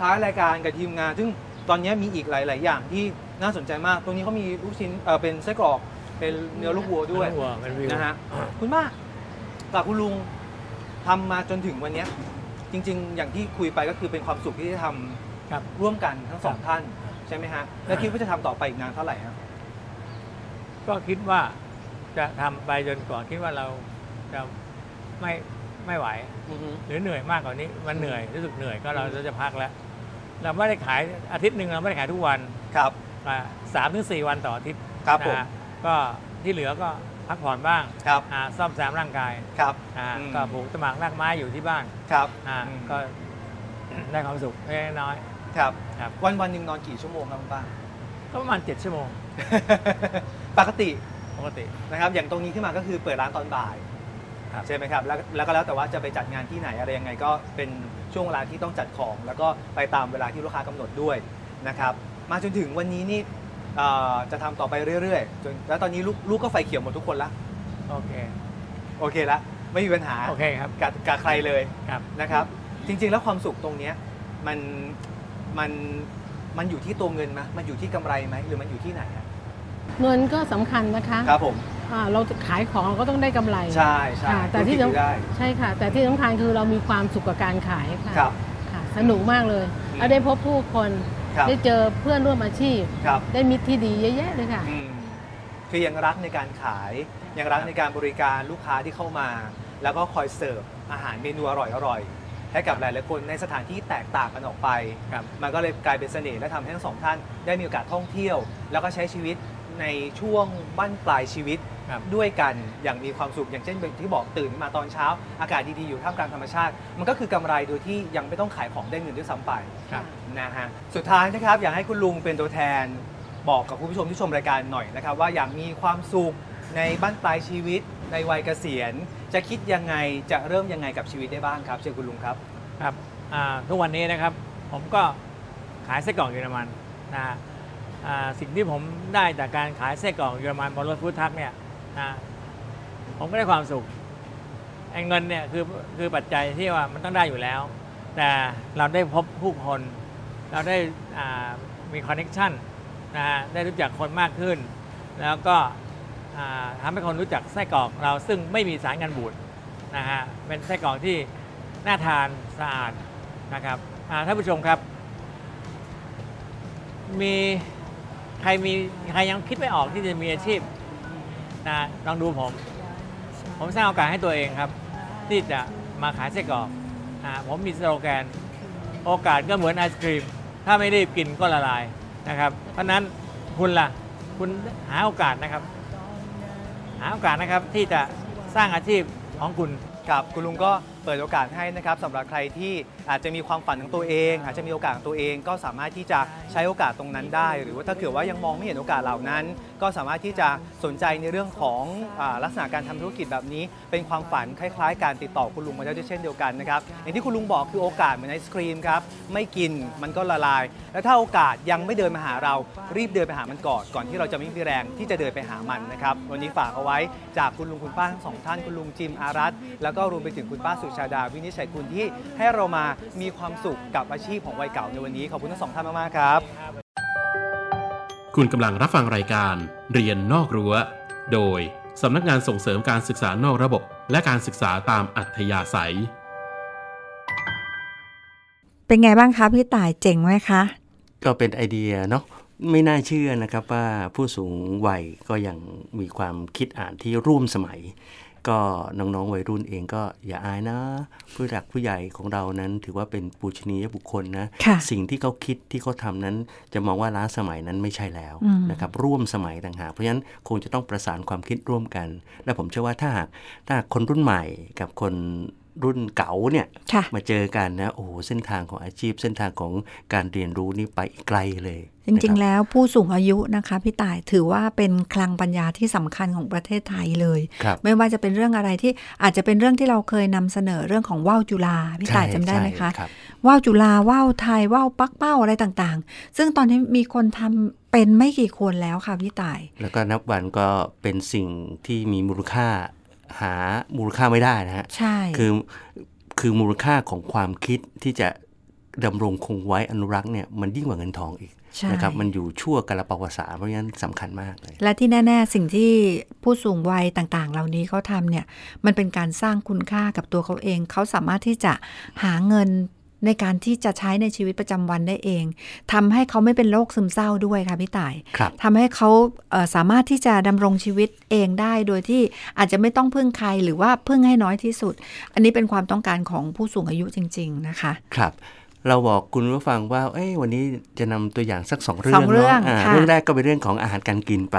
E: ท้ายรายการกับทีมงาน ซึ่งตอนนี้มีอีกหลาย ๆ อย่างที่น่าสนใจมาก ตรงนี้เขามีลูกชิ้นเออเป็นไส้กรอก เป็นเนื้อลูกวัวด้วย
G: เป็นวัวเป็นวิว
E: นะฮะคุณป้ากับคุณลุงทำมาจนถึงวันเนี้ยจริง ๆ อย่างที่คุยไปก็คือเป็นความสุขที่ได้ท
G: ครับ
E: ำร่วมกันทั้งสองท่าน ใช่ไหมฮะ แล้วคิดว่าจะทำต่อไปอีกนานเท่าไหร่ฮะ
G: ก็คิดว่าจะทำไปจนกว่าคิดว่าเราจะไม่ไม่ไหว หรือเหนื่อยมากกว่านี้มันเหนื่อยรู้สึกเหนื่อยก็เราจะพักแล้ว เราไม่ได้ขายอาทิตย์หนึ่งเราไม่ได้ขายทุกวัน
E: ครับ
G: สามถึงสี่วันต่ออาทิตย์
E: ครับ
G: นะ
E: ผม
G: ฮะก็ที่เหลือก็พักผ่อนบ้าง
E: ครับ
G: อ่าซ่อมแซมร่างกาย
E: ครับ
G: อ่า
E: อืม
G: ก็ปลูกต้นหมากรากไม้อยู่ที่บ้าน
E: ครับ
G: อ่า
E: อืม
G: ก็ ได้ความสุขเล็กน้อย
E: ครับ
G: ครับ
E: วันวันๆหนึ่งนอนกี่ชั่วโมงครับคุณป้า
G: ก็ประมาณเจ็ดชั่วโมง
E: ปกติ
G: ปกติ
E: นะครับ อย่างตรงนี้ขึ้นมาก็คือเปิดร้านตอนบ่าย
G: ครับ
E: ใช่ไหมครับแล้วแล้วก็แล้วแต่ว่าจะไปจัดงานที่ไหนอะไรยังไงก็เป็นช่วงเวลาที่ต้องจัดของ แล้วก็ไปตามเวลาที่ลูกค้ากำหนดด้วยนะครับ มาจนถึงวันนี้นี่เอ่อจะทำต่อไปเรื่อยๆจนแล้วตอนนี้ลูกลูกก็ไฟเขียวหมดทุกคนละ
G: โอเค
E: โอเคละไม่มีปัญหา
G: โอเคครับ
E: กับกับใครเลย
G: ครับ
E: นะครับจริงๆแล้วความสุขตรงเนี้ยมันมันมันอยู่ที่ตัวเงินไหมมันอยู่ที่กำไรไหมหรือมันอยู่ที่ไหนอะ
H: เงินก็สำคัญนะคะ
E: ครับผม
H: อ่าเราจะขายของเราก็ต้องได้กำไร
E: ใช่ใช่
H: ค่ะแต่ที่
E: ธุรกิจอยู่
H: สำ
E: ได้
H: ใช่ค่ะ แต่ที่สำคัญคือเรามีความสุขกับการขายค่ะ
E: ครับ
H: ค่ะ สนุกมากเลย
E: อืม
H: เราได้พบผู้คน
E: ครับ
H: ได้เจอเพื่อนร่วมอาชีพ
E: ครับ
H: ได้มิตรที่ดีเยอะแยะเลยค่ะ
E: อืมคือยังรักในการขายยังรักในการบริการลูกค้าที่เข้ามา แล้วก็คอยเสิร์ฟอาหารเมนูอร่อยๆให้กับหลายๆคนในสถานที่แตกต่างกันออกไป
G: ครับ
E: มันก็เลยกลายเป็นเสน่ห์และทำให้ทั้งสองท่านได้มีโอกาสท่องเที่ยว แล้วก็ใช้ชีวิตในช่วงบั้นปลายชีวิต
G: ครับ
E: ด้วยกันอย่างมีความสุขอย่างเช่นที่บอกตื่นมาตอนเช้า อากาศดี ๆ อยู่ท่ามกลางธรรมชาติ มันก็คือกำไรโดยที่ยังไม่ต้องขายของได้เงินด้วยซ้ำไป
G: ครับ
E: นะฮะสุดท้ายนะครับ อยากให้คุณลุงเป็นตัวแทนบอกกับคุณผู้ชมที่ชมรายการหน่อยนะครับ ว่าอยากมีความสุขในบ้านปลายชีวิต ในวัยเกษียณ จะคิดยังไงจะเริ่มยังไงกับชีวิตได้บ้างครับเชิญคุณลุงครับ
G: ครับอ่าทุกวันนี้นะครับ ผมก็ขายไส้กรอกเยอรมันนะฮะ อ่าสิ่งที่ผมได้จากการขายไส้กรอกเยอรมันบนรถฟู้ดทักเนี่ยนะผมก็ได้ความสุขไอ้เงินเนี่ยคือคือปัจจัยที่ว่ามันต้องได้อยู่แล้ว แต่เราได้พบผู้คน เราได้อ่ามีคอนเน็ชันนะฮะได้รู้จักคนมากขึ้น แล้วก็อ่าทำให้คนรู้จักไส้กรอกเราซึ่งไม่มีสารกันบูดนะฮะเป็นไส้กรอกที่น่าทานสะอาดนะครับอ่าท่านผู้ชมครับ มีใครมีใครยังคิดไม่ออกที่จะมีอาชีพนะลองดูผม ผมสร้างโอกาสให้ตัวเองครับ ที่จะมาขายไส้กรอกอ่าผมมีสโลแกน โอกาสก็เหมือนไอศครีม ถ้าไม่รีบกินก็ละลายนะครับ เพราะฉะนั้นคุณล่ะ คุณหาโอกาสนะครับ หาโอกาสนะครับที่จะสร้างอาชีพของคุณ
E: กับคุณลุงก็เปิดโอกาสให้นะครับสำหรับใครที่อาจจะมีความฝันของตัวเอง อาจจะมีโอกาสของตัวเองก็สามารถที่จะใช้โอกาสตรงนั้นได้ หรือว่าถ้าเกิดว่ายังมองไม่เห็นโอกาสเหล่านั้น ก็สามารถที่จะสนใจในเรื่องของอาลักษณะการทำธุรกิจแบบนี้ เป็นความฝันคล้ายๆ การติดต่อคุณลุงมาได้ด้วยเช่นเดียวกันนะครับอย่างที่คุณลุงบอกคือโอกาสเหมือนไอศครีมครับไม่กินมันก็ละลาย และถ้าโอกาสยังไม่เดินมาหาเรารีบเดินไปหามันก่อนก่อนที่เราจะไม่มีแรงที่จะเดินไปหามันนะครับวันนี้ฝากเอาไว้จากคุณลุงคุณป้าทั้งสองท่านคุณลุงจิมอารัตน์แล้วก็รวมไปถึงคุณป้าสุชาดา วินิจฉัยคุณที่ให้เรามามีความสุขกับอาชีพของวัยเก่าในวันนี้ขอบคุณทั้งสองท่านมากๆครับ
A: คุณกำลังรับฟังรายการเรียนนอกรั้ว โดยสำนักงานส่งเสริมการศึกษานอกระบบ และการศึกษาตามอัธยาศัย
D: เป็นไงบ้างคะพี่ต่ายเจ๋งไหมคะ
C: ก็เป็นไอเดียเนาะไม่น่าเชื่อนะครับว่าผู้สูงวัยก็ยังมีความคิดอ่านที่ร่วมสมัย ก็น้องๆวัยรุ่นเองก็อย่าอายนะ ผู้หลักผู้ใหญ่ของเรานั้นถือว่าเป็นปูชนียบุคคลนะ
D: ค่ะ
C: สิ่งที่เขาคิดที่เขาทำนั้นจะมองว่าล้าสมัยนั้นไม่ใช่แล้ว
D: อืม
C: นะครับร่วมสมัยต่างหากเพราะฉะนั้นคงจะต้องประสานความคิดร่วมกัน และผมเชื่อว่าถ้าหากถ้าหากคนรุ่นใหม่กับคนรุ่นเก่าเนี่ย
D: ค่ะ
C: มาเจอกันนะ โอ้โห เส้นทางของอาชีพ เส้นทางของการเรียนรู้นี่ไปอีกไกลเลย
D: จริง ๆ
C: นะคบ
D: แล้วผู้สูงอายุนะคะพี่ต่ายถือว่าเป็นคลังปัญญาที่สำคัญของประเทศไทยเลย
C: ครับ
D: ไม่ว่าจะเป็นเรื่องอะไรที่อาจจะเป็นเรื่องที่เราเคยนำเสนอเรื่องของว่าวจุฬาพี่ต่ายจำได้ไหมคะ
C: ใช่รับ
D: ว่าวจุฬาว่าวไทยว่าวปักเป้าอะไรต่างๆ ซึ่งตอนนี้มีคนทำเป็นไม่กี่คนแล้วค่ะพี่ต่าย
C: แล้วก็นับวันก็เป็นสิ่งที่มีมูลค่าหามูลค่าไม่ได้นะฮะ
D: ใช่
C: คือคือมูลค่าของความคิดที่จะดำรงคงไว้อนุรักษ์เนี่ยมันยิ่งกว่าเงินทองอีก
D: ใช่
C: นะครับ มันอยู่ชั่วกาลปวสาเพราะฉะนั้นสำคัญมากเลย
D: และที่แน่ ๆ สิ่งที่ผู้สูงวัยต่างๆ เหล่านี้เขาทำเนี่ยมันเป็นการสร้างคุณค่ากับตัวเขาเอง เขาสามารถที่จะหาเงินในการที่จะใช้ในชีวิตประจำวันได้เองทำให้เขาไม่เป็นโรคซึมเศร้าด้วยค่ะพี่ต่าย
C: ครับ
D: ทำให้เขาเอ่อสามารถที่จะดำรงชีวิตเองได้โดยที่อาจจะไม่ต้องพึ่งใครหรือว่าพึ่งให้น้อยที่สุด อันนี้เป็นความต้องการของผู้สูงอายุจริง ๆ นะคะ
C: ครับ เราบอกคุณผู้ฟังว่า เอ้ยวันนี้จะนำตัวอย่างสักสองเรื่อง
D: สองเรื่อง
C: นะา
D: ค่ะ
C: เรื่องแรกก็เป็นเรื่องของอาหารการกินไป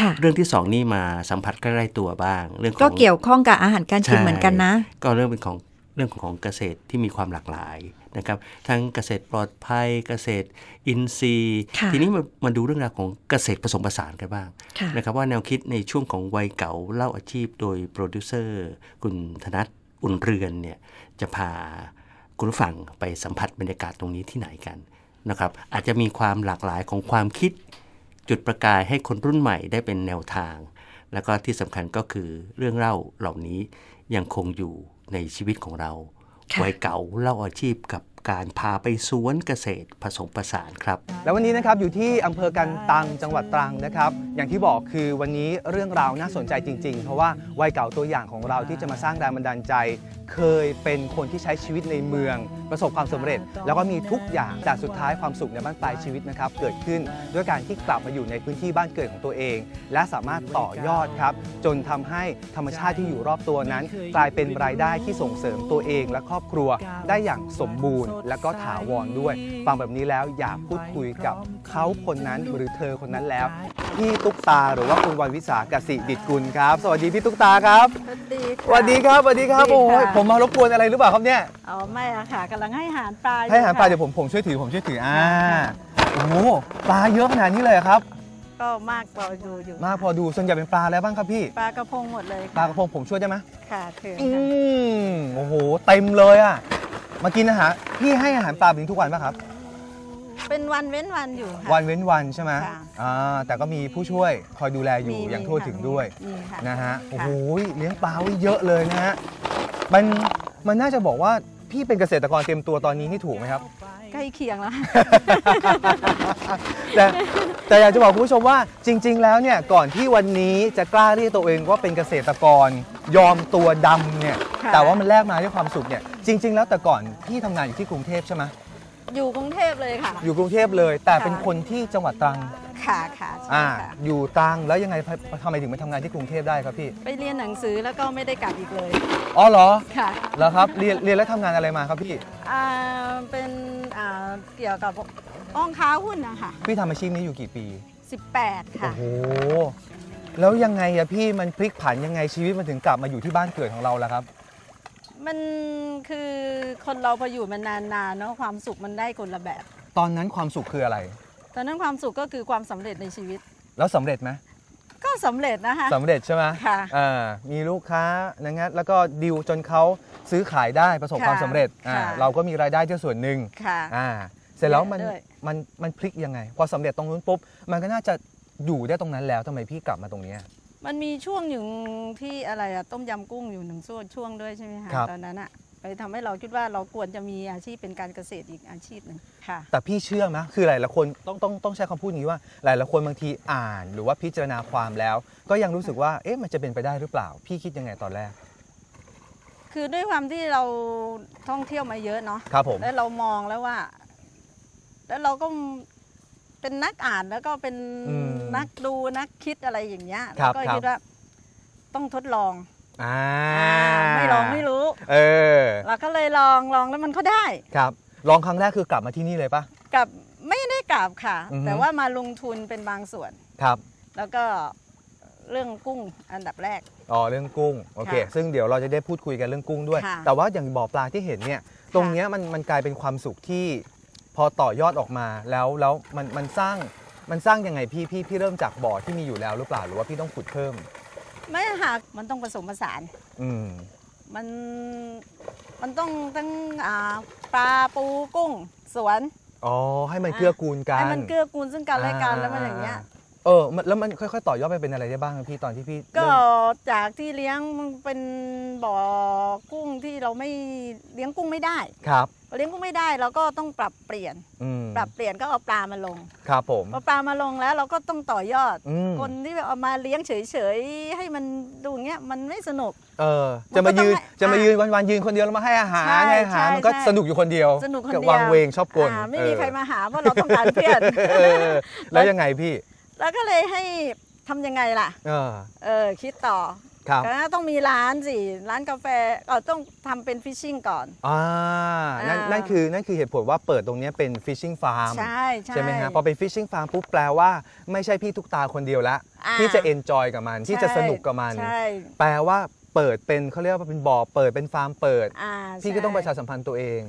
D: ค่ะ
C: เรื่องที่สองนี่มาสัมผัสใกล้ๆตัวบ้าง เรื่องของ
D: ก็เกี่ยวข้องกับอาหารการกินเหมือนกันนะ
C: ใช่ก็เรื่องเป็นของเรื่องของเกษตรที่มีความหลากหลายนะครับ ทั้งเกษตรปลอดภัย เกษตรอินทรีย์
D: ค่ะ
C: ทีนี้มามาดูเรื่องราวของเกษตรผสมผสานกันบ้าง
D: ค่ะ
C: นะครับว่าแนวคิดในช่วงของวัยเก่าเล่าอาชีพโดยโปรดิวเซอร์คุณธนัทอุ่นเรือนเนี่ยจะพาคุณผู้ฟังไปสัมผัสบรรยากาศตรงนี้ที่ไหนกันนะครับอาจจะมีความหลากหลายของความคิด จุดประกายให้คนรุ่นใหม่ได้เป็นแนวทาง แล้วก็ที่สำคัญก็คือเรื่องเล่าเหล่านี้ยังคงอยู่ในชีวิตของเรา
D: ค่ะ
C: วัยเก่าเล่าอาชีพกับการพาไปสวนเกษตรผสมผสานครับ
E: แล้ววันนี้นะครับอยู่ที่อำเภอกันตังจังหวัดตรังนะครับ อย่างที่บอกคือวันนี้เรื่องราวน่าสนใจจริง ๆ เพราะว่าวัยเก่าตัวอย่างของเราที่จะมาสร้างแรงบันดาลใจ เคยเป็นคนที่ใช้ชีวิตในเมือง ประสบความสำเร็จ แล้วก็มีทุกอย่างแต่สุดท้ายความสุขในบ้านปลายชีวิตนะครับเกิดขึ้นด้วยการที่กลับมาอยู่ในพื้นที่บ้านเกิดของตัวเอง และสามารถต่อยอดครับจนทำให้ธรรมชาติที่อยู่รอบตัวนั้น กลายเป็นรายได้ที่ส่งเสริมตัวเองและครอบครัว ได้อย่างสมบูรณ์ และก็ถาวรด้วย ฟังแบบนี้แล้วอยากพูดคุยกับเขาคนนั้นหรือเธอคนนั้นแล้ว พี่ตุ๊กตาหรือว่าคุณวันวิสากสิดิตกุลครับ สวัสดีพี่ตุ๊กตาครับ
I: สวัสดีค่ะ
E: สวัสดีครับสวัสดีค
I: ส
E: รับ
I: วัสดี
E: โอ้
I: ค่ะ
E: ยผมมารบกวนอะไรหรือเปล่าครับเนี่ย
I: อ๋อไม่อะค่ะกำลังให้อาหารปลา
E: ให้อาหารปลาเดี๋
I: ยู่
E: ยว
I: ค่ะ
E: ผมผมช่วยถือผมช่วยถืออ่าโอ้โหปลาเยอะขนาดนี้เลยเหรอครับ
I: ก็มากกว่าดูอยู่
E: มากพอดูส่วนใหญ่เป็นปลาอะไรบ้างครับพี่
I: ปลากระพงหมดเลยค่
E: ปลากระพงผมช่วยได้ไหม
I: ค่ะเถื่อน
E: อืมโอ้โหเต็มเลยอ่ะมากินอาหารพี่ให้อาหารปลาแบบนี้ทุกวันป่ะครับ
I: เป็นวันเว้นวันอยู่ค่ะ
E: วันเว้นวันใช่ไหม
I: ค่ะ
E: อ่าแต่ก็มีผู้ช่วยคอยดูแลอยู่
I: มี
E: อย่างทั่ว
I: มีค่ะ
E: ถึงด้วย
I: มีค่
E: นะฮะ
I: ค่
E: โอ้โหเลี้ยงปลาไว้เยอะเลยนะฮะมันมันน่าจะบอกว่าพี่เป็นเกษตรกรเต็มตัวตอนนี้นี่ถูกไหมครับ
I: ใกล้เคียงแล้ว
E: แต่แต่อยากจะบอกคุณผู้ชมว่าจริง ๆ แล้วเนี่ยก่อนที่วันนี้จะกล้าเรียกตัวเองว่าเป็นเกษตรกร ยอมตัวดำเนี่ย
I: ค่ะ
E: แต่ว่ามันแลกมาด้วยความสุขเนี่ยจริง ๆ แล้วแต่ก่อนพี่ทำงานอยู่ที่กรุงเทพใช่ไหม
I: อยู่กรุงเทพเลยค่ะ
E: อยู่กรุงเทพเลย แต่เป็น
I: ค่ะ
E: คนที่จังหวัดตรัง
I: ค่ะค่ะใช่
E: อ่า
I: ค่ะ
E: อยู่ตรังแล้วยังไงทำไมถึงไปทำงานที่กรุงเทพได้ครับพี่
I: ไปเรียนหนังสือแล้วก็ไม่ได้กลับอีกเลย
E: อ๋อเหรอ
I: ค่ะ
E: เหรอครับเรียนเรียนแล้วทำงานอะไรมาครับพี่
I: อ่าเป็นอ่าเกี่ยวกับอ้องค้าหุ้นนะคะ
E: พี่ทำอาชีพนี้อยู่กี่ปี
I: 18 ค่ะ
E: โอ้โหแล้วยังไงอะพี่มันพลิกผันยังไงชีวิตมันถึงกลับมาอยู่ที่บ้านเกิดของเราล่ะครับ
I: มันคือคนเราพออยู่มานานๆเนาะความสุขมันได้คนละแบบ
E: ตอนนั้นความสุขคืออะไร
I: ตอนนั้นความสุขก็คือความสำเร็จในชีวิต
E: แล้วสำเร็จไหม
I: ก็สำเร็จนะคะ
E: สำเร็จใช่ไหม
I: ค่ะ
E: อ่ามีลูกค้านะงั้นแล้วก็ดิวจนเขาซื้อขายได้ประสบความสำเร็จอ่าเราก็มีรายได้ที่ส่วนหนึ่ง
I: ค่ะ
E: อ่าเสร็จแล้วมัน
I: ด้วย
E: มันมันพลิกยังไง พอสำเร็จตรงนู้นปุ๊บ มันก็น่าจะอยู่ได้ตรงนั้นแล้วทำไมพี่กลับมาตรงเนี้ย
I: มันมีช่วงหนึ่งที่อะไรอะต้มยำกุ้งอยู่หนึ่งช่วงช่วงด้วยใช่ไหมคะ
E: ครับ
I: ตอนนั้นอะไปทำให้เราคิดว่าเราควรจะมีอาชีพเป็นการเกษตรอีกอาชีพหนึ่งค่ะ
E: แต่พี่เชื่อไหมคือหลายๆคนต้องต้องต้องใช้คำพูดนี้ว่า หลายๆคนบางทีอ่านหรือว่าพิจารณาความแล้ว ก็ยังรู้สึกว่าเอ๊ะมันจะเป็นไปได้หรือเปล่า พี่คิดยังไงตอนแรก
I: คือด้วยความที่เราท่องเที่ยวมาเยอะเนาะ
E: ครับผม
I: แล้วเรามองแล้วว่า แล้วเราก็เป็นนักอ่านแล้วก็เป็น
E: อืม
I: นักดูนักคิดอะไรอย่างเงี้ย
E: ครั
I: เรา
E: บ
I: ก็
E: ครับ
I: คิดว่าต้องทดลอง
E: อ่า
I: ไม่ลองไม่รู้
E: เออ
I: เราก็เลยลองลองแล้วมันก็ได้
E: ครับลองครั้งแรกคือกลับมาที่นี่เลยปะ
I: กับไม่ได้กลับค่ะ
E: อือฮึ
I: แต่ว่ามาลงทุนเป็นบางส่วน
E: ครับ
I: แล้วก็เรื่องกุ้งอันดับแรก
E: อ๋อเรื่องกุ้งโอเค
I: ค่ะ
E: ซึ่งเดี๋ยวเราจะได้พูดคุยกันเรื่องกุ้งด้วย
I: ค่ะ
E: แต่ว่าอย่างบ่อปลาที่เห็นเนี่ย ตรงเนี้ยมันมันกลายเป็นความสุขที่พอต่อยอดออกมาแล้วแล้วมันมันสร้างมันสร้างยังไงพี่พี่พี่เริ่มจากบ่อที่มีอยู่แล้วหรือเปล่าหรือว่าพี่ต้องขุดเพิ่ม
I: ไม่หากมันต้องผสมผสาน
E: อืม
I: มันมันต้องทั้งอ่าปลาปูกุ้ง สวน
E: อ๋อให้มัน
I: อ่ะ
E: เกื้อกูลกัน
I: ให้มันเกื้อกูลซึ่งกันและกัน
E: อ่า
I: แล้วมันอย่างเงี้ย
E: เออมันแล้วมันค่อยๆต่อยอดไปเป็นอะไรได้บ้างครับพี่ตอนที่พี่
I: ก็
E: เริ่ม
I: จากที่เลี้ยงมันเป็นบ่อกุ้งที่เราไม่เลี้ยงกุ้งไม่ได้
E: ครับ
I: พอเลี้ยงกุ้งไม่ได้เราก็ต้องปรับเปลี่ยน
E: อืม
I: ปรับเปลี่ยนก็เอาปลามาลง
E: ครับผม
I: พอปลามาลงแล้วเราก็ต้องต่อยอด
E: อืม
I: คนที่แบบเอามาเลี้ยงเฉยๆ ให้มันดูอย่างเงี้ยมันไม่สนุก
E: เออจะมาน
I: ก็ต้อง
E: ยืน
I: ให้
E: จะมา
I: อ่ะ
E: ยืนวันๆยืนคนเดียวแล้วมาให้อาหาร
I: ใช่
E: ให้อาหาร
I: ใช่
E: มันก็
I: ใช่
E: สนุกอยู่คนเดียว
I: สนุกคน
E: กับ
I: เดียว
E: วางเวงชอบกล
I: อ่าไม่
E: เอ
I: มี
E: อ
I: ใครมาหาเพราะเราต้องการเพื่อน
E: เออแล้วยังไงพี่
I: แล้วก็เลยให้ทำยังไงล่ะ
E: เออ
I: เออ คิดต่อ
E: ครับ
I: ก็ต้องมีร้านสิ ร้านกาแฟก็ต้องทำเป็นฟิชชิ่งก่อน
E: อ่านั่น
I: อ่านั่
E: นั่นคือนั่นคือเหตุผลว่าเปิดตรงเนี้ยเป็น Fishing Farm
I: ใช่ใช่
E: ไหมฮะพอเป็น Fishing Farm ปุ๊บแปลว่าไม่ใช่พี่ทุกตาคนเดียวละ
I: อ่า
E: ที่จะ enjoy กับมัน ที่จะสนุกกับมัน
I: ใช่
E: แปลว่าเปิดเป็นเขาเรียกว่าเป็นบ่อเปิดเป็นฟาร์มเปิด
I: อ่า
E: พี่
I: ใ
E: ก็ต้องประชาสัมพันธ์ตัวเอง